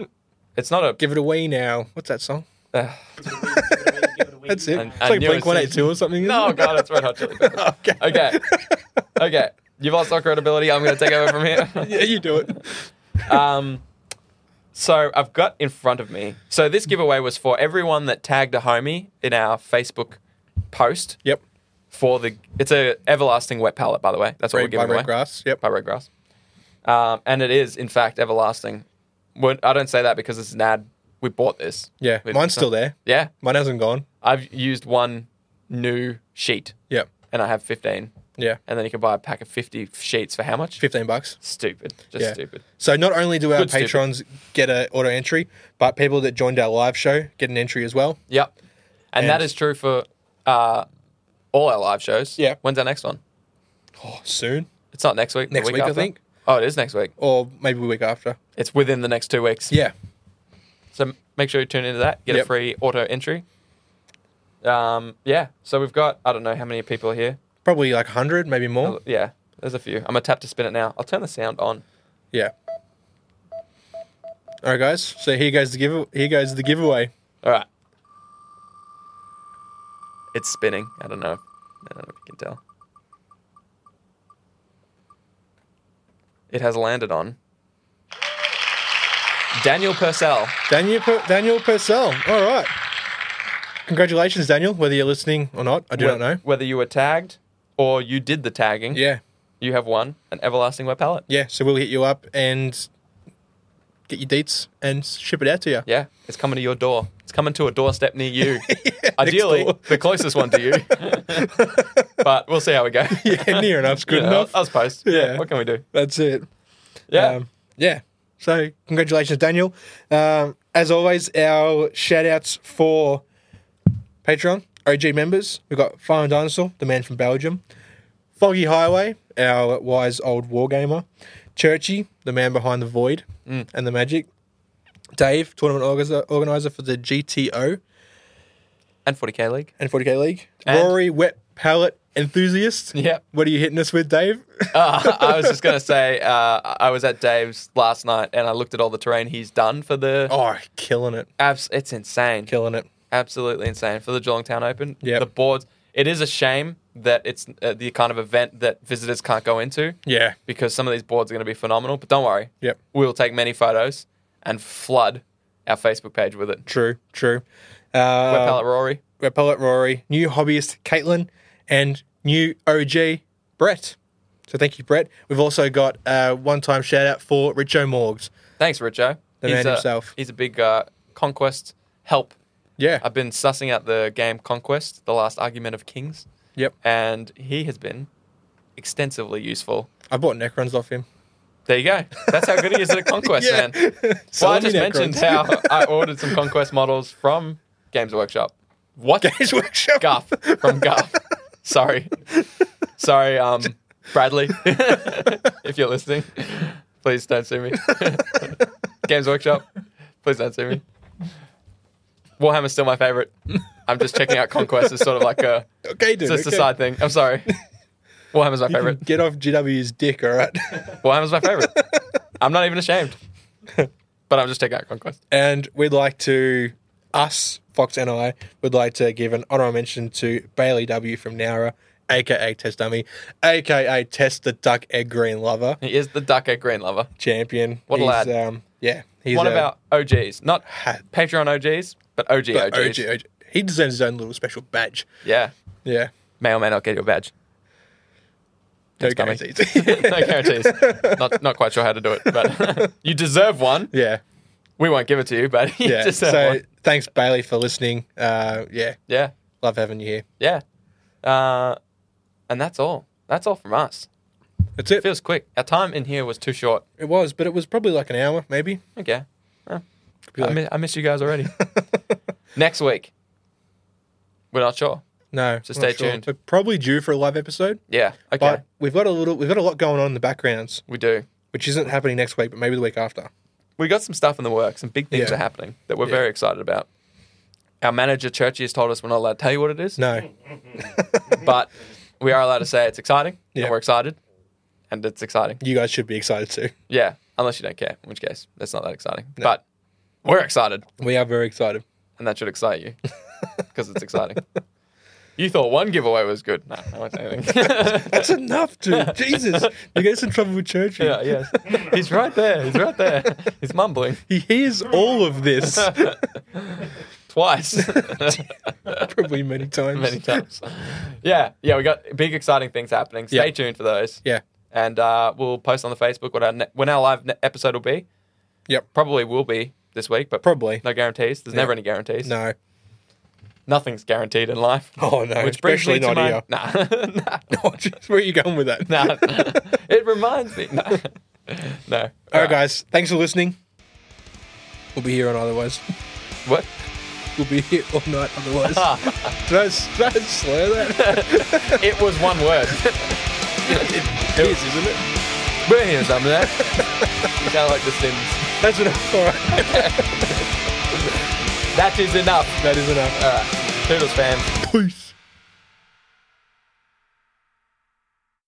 [SPEAKER 1] It's not a.
[SPEAKER 2] Give it away now. What's that song?
[SPEAKER 1] Uh,
[SPEAKER 3] Give it a wee-
[SPEAKER 2] That's
[SPEAKER 3] give
[SPEAKER 2] it.
[SPEAKER 3] it a wee-
[SPEAKER 2] It's
[SPEAKER 1] I
[SPEAKER 2] like
[SPEAKER 1] knew
[SPEAKER 2] Blink
[SPEAKER 1] as soon as-
[SPEAKER 2] 182 or something. isn't
[SPEAKER 1] no,
[SPEAKER 2] it?
[SPEAKER 1] God, it's Red Hot Chili Peppers.
[SPEAKER 2] okay.
[SPEAKER 1] Okay, okay, you've lost all credibility. I'm going to take over from here.
[SPEAKER 2] Yeah, you do it.
[SPEAKER 1] Um, so I've got in front of me. So this giveaway was for everyone that tagged a homie in our Facebook post
[SPEAKER 2] Yep.
[SPEAKER 1] for the. It's a everlasting wet palette, by the way. That's what we're
[SPEAKER 2] Right by
[SPEAKER 1] giving away.
[SPEAKER 2] red grass. Yep.
[SPEAKER 1] by red grass. Um, and it is, in fact, everlasting. We're, I don't say that because it's an ad. We bought this.
[SPEAKER 2] Yeah.
[SPEAKER 1] We-
[SPEAKER 2] Mine's still there.
[SPEAKER 1] Yeah.
[SPEAKER 2] Mine hasn't gone.
[SPEAKER 1] I've used one new sheet
[SPEAKER 2] Yep.
[SPEAKER 1] and I have 15.
[SPEAKER 2] Yeah.
[SPEAKER 1] And then you can buy a pack of 50 sheets for how much?
[SPEAKER 2] 15 bucks.
[SPEAKER 1] Stupid. Just
[SPEAKER 2] Yeah.
[SPEAKER 1] stupid.
[SPEAKER 2] So not only do our
[SPEAKER 1] Good stupid.
[SPEAKER 2] patrons get an auto entry, but people that joined our live show get an entry as well.
[SPEAKER 1] Yep. And,
[SPEAKER 2] And-
[SPEAKER 1] that is true for uh, all our live shows.
[SPEAKER 2] Yeah.
[SPEAKER 1] When's our next one?
[SPEAKER 2] Oh, soon.
[SPEAKER 1] It's not next week. the
[SPEAKER 2] Next week, I
[SPEAKER 1] after?
[SPEAKER 2] think.
[SPEAKER 1] Oh, it is next week.
[SPEAKER 2] or maybe the week after.
[SPEAKER 1] It's within the next two weeks.
[SPEAKER 2] Yeah.
[SPEAKER 1] So m- make sure you tune into that. Get
[SPEAKER 2] Yep.
[SPEAKER 1] a free auto entry. Um, yeah. So we've got I don't know how many people are here.
[SPEAKER 2] Probably like 100, maybe more.
[SPEAKER 1] Yeah, there's a few. I'm gonna tap to spin it now. I'll turn the sound on.
[SPEAKER 2] Yeah. All right, guys. So here goes the give. Here goes the giveaway.
[SPEAKER 1] All right. It's spinning. I don't know. I don't know if you can tell. It has landed on Daniel Purcell.
[SPEAKER 2] Daniel per- Daniel Purcell. All right. Congratulations, Daniel. Whether you're listening or not, I do
[SPEAKER 1] Whe-
[SPEAKER 2] not know.
[SPEAKER 1] whether you were tagged or you did the tagging.
[SPEAKER 2] Yeah,
[SPEAKER 1] You have won an everlasting web palette.
[SPEAKER 2] yeah. So we'll hit you up and get your deets and ship it out to you.
[SPEAKER 1] Yeah, it's coming to your door. It's coming to a doorstep near you.
[SPEAKER 2] next
[SPEAKER 1] Ideally,
[SPEAKER 2] door.
[SPEAKER 1] the closest one to you. but we'll see how we go.
[SPEAKER 2] yeah, near enough's good
[SPEAKER 1] You know,
[SPEAKER 2] enough.
[SPEAKER 1] I was post.
[SPEAKER 2] Yeah.
[SPEAKER 1] What can we do?
[SPEAKER 2] That's it.
[SPEAKER 1] Yeah.
[SPEAKER 2] Um, yeah. So congratulations, Daniel. Um, as always, our shout outs for Patreon, OG members. We've got Fire Dinosaur, the man from Belgium. Foggy Highway, our wise old wargamer. Churchy, the man behind the void
[SPEAKER 1] Mm.
[SPEAKER 2] and the magic. Dave, tournament organizer, organizer for the GTO
[SPEAKER 1] and 40k league.
[SPEAKER 2] and 40k League.
[SPEAKER 1] And-
[SPEAKER 2] Rory, wet palette enthusiast.
[SPEAKER 1] Yep.
[SPEAKER 2] What are you hitting us with, Dave?
[SPEAKER 1] Uh, I was just gonna say uh, I was at Dave's last night and I looked at all the terrain he's done for the.
[SPEAKER 2] oh, killing it.
[SPEAKER 1] Abs- it's insane.
[SPEAKER 2] Killing it.
[SPEAKER 1] absolutely insane for the Geelongtown Open.
[SPEAKER 2] Yep.
[SPEAKER 1] the boards. It is a shame that it's uh, the kind of event that visitors can't go into
[SPEAKER 2] Yeah.
[SPEAKER 1] because some of these boards are going to be phenomenal. But don't worry,
[SPEAKER 2] Yep.
[SPEAKER 1] we'll take many photos and flood our Facebook page with it.
[SPEAKER 2] True, true.
[SPEAKER 1] Web
[SPEAKER 2] Uh,
[SPEAKER 1] palette Rory.
[SPEAKER 2] Repellent Rory, new hobbyist Caitlin, and new OG Brett. So thank you, Brett. We've also got a one-time shout out for Richo Morgs.
[SPEAKER 1] Thanks, Richo.
[SPEAKER 2] The man
[SPEAKER 1] a,
[SPEAKER 2] himself.
[SPEAKER 1] He's a big uh, conquest help.
[SPEAKER 2] Yeah.
[SPEAKER 1] I've been sussing out the game Conquest, the last argument of kings,
[SPEAKER 2] yep.
[SPEAKER 1] and he has been extensively useful.
[SPEAKER 2] I bought Necrons off him.
[SPEAKER 1] There you go. That's how good he is at Conquest,
[SPEAKER 2] Yeah.
[SPEAKER 1] man. Well,
[SPEAKER 2] Sell
[SPEAKER 1] I
[SPEAKER 2] me
[SPEAKER 1] just mentioned
[SPEAKER 2] Necrons.
[SPEAKER 1] how I ordered some Conquest models from Games Workshop. What?
[SPEAKER 2] Games Workshop.
[SPEAKER 1] Guff. From Guff. Sorry. Sorry, um, Bradley. if you're listening, please don't sue me. Games Workshop, please don't sue me. Warhammer's still my favorite. I'm just checking out Conquest as sort of like a
[SPEAKER 2] Okay, dude.
[SPEAKER 1] it's just
[SPEAKER 2] okay.
[SPEAKER 1] a side thing. I'm sorry. Warhammer's my
[SPEAKER 2] You can
[SPEAKER 1] favorite.
[SPEAKER 2] Get off GW's dick, all right?
[SPEAKER 1] Warhammer's my favorite. I'm not even ashamed. But I'm just checking out Conquest.
[SPEAKER 2] and we'd like to, us, Fox and I, would like to give an honorable mention to Bailey W from Nara, aka Test Dummy, aka Test the Duck Egg Green Lover.
[SPEAKER 1] He is the duck egg green lover.
[SPEAKER 2] champion.
[SPEAKER 1] What a
[SPEAKER 2] he's,
[SPEAKER 1] lad.
[SPEAKER 2] Um, yeah, he's
[SPEAKER 1] One
[SPEAKER 2] a-
[SPEAKER 1] of our OGs. Not
[SPEAKER 2] Ha-
[SPEAKER 1] Patreon OGs, but OG
[SPEAKER 2] but
[SPEAKER 1] OGs.
[SPEAKER 2] OG, OG. He deserves his own little special badge.
[SPEAKER 1] Yeah.
[SPEAKER 2] Yeah,
[SPEAKER 1] May or may not get your badge.
[SPEAKER 2] no
[SPEAKER 1] Thanks, dummy.
[SPEAKER 2] guarantees.
[SPEAKER 1] no guarantees. Not not quite sure how to do it, but you deserve one.
[SPEAKER 2] yeah,
[SPEAKER 1] We won't give it to you, but you
[SPEAKER 2] yeah.
[SPEAKER 1] deserve
[SPEAKER 2] So
[SPEAKER 1] one.
[SPEAKER 2] thanks, Bailey, for listening. Uh, yeah,
[SPEAKER 1] Yeah.
[SPEAKER 2] love having you here.
[SPEAKER 1] Yeah. Uh, and that's all. That's all from us.
[SPEAKER 2] That's it.
[SPEAKER 1] Feels quick. Our time in here was too short.
[SPEAKER 2] It was, but it was probably like an hour, maybe.
[SPEAKER 1] Okay.
[SPEAKER 2] Could be like-
[SPEAKER 1] I, mi- I miss you guys already. Next week. We're not sure.
[SPEAKER 2] no,
[SPEAKER 1] So
[SPEAKER 2] I'm not
[SPEAKER 1] stay tuned.
[SPEAKER 2] We're probably due for a live episode,
[SPEAKER 1] Yeah. Okay.
[SPEAKER 2] but we've got a little, we've got a lot going on in the backgrounds,
[SPEAKER 1] we do.
[SPEAKER 2] which isn't happening next week, but maybe the week after.
[SPEAKER 1] we got some stuff in the works. Some big things
[SPEAKER 2] Yeah.
[SPEAKER 1] are happening that we're
[SPEAKER 2] Yeah.
[SPEAKER 1] very excited about. Our manager Churchy has told us we're not allowed to tell you what it is,
[SPEAKER 2] No,
[SPEAKER 1] but we are allowed to say it's exciting.
[SPEAKER 2] Yeah.
[SPEAKER 1] And we're excited, and it's exciting.
[SPEAKER 2] you guys should be excited too.
[SPEAKER 1] Yeah, unless you don't care, in which case that's not that exciting. But we're excited,
[SPEAKER 2] We are very excited.
[SPEAKER 1] and that should excite you because it's exciting. You thought one giveaway was good. No, I won't say anything.
[SPEAKER 2] That's enough, dude. Jesus, you get us in trouble with Churchy.
[SPEAKER 1] yeah, yes. He's right there. He's right there. He's mumbling
[SPEAKER 2] He hears all of this
[SPEAKER 1] twice.
[SPEAKER 2] probably many times.
[SPEAKER 1] many times. yeah, yeah, we got big exciting things happening. Stay
[SPEAKER 2] Yeah.
[SPEAKER 1] tuned for those,
[SPEAKER 2] Yeah.
[SPEAKER 1] and uh, we'll post on the Facebook what our ne- when our live ne- episode will be.
[SPEAKER 2] Yep.
[SPEAKER 1] Probably will be this week, but
[SPEAKER 2] Probably.
[SPEAKER 1] no guarantees. There's
[SPEAKER 2] Yeah.
[SPEAKER 1] never any guarantees.
[SPEAKER 2] No.
[SPEAKER 1] Nothing's guaranteed in life.
[SPEAKER 2] Oh no.
[SPEAKER 1] Which brings
[SPEAKER 2] Especially
[SPEAKER 1] me to
[SPEAKER 2] not
[SPEAKER 1] my
[SPEAKER 2] here.
[SPEAKER 1] nah,
[SPEAKER 2] Oh, jeez, Where are you going with that?
[SPEAKER 1] nah, nah. it reminds me. Nah. no. All
[SPEAKER 2] All right, guys. Thanks for listening. We'll be here on otherwise.
[SPEAKER 1] What?
[SPEAKER 2] We'll be here all night otherwise. did, I, did I slur that?
[SPEAKER 1] It was one word.
[SPEAKER 2] it is, isn't it?
[SPEAKER 1] We're here, some of that. you sound like The Sims.
[SPEAKER 2] That's enough. All right.
[SPEAKER 1] That is enough.
[SPEAKER 2] That is enough.
[SPEAKER 1] All right. Toodles, fam.
[SPEAKER 2] Peace.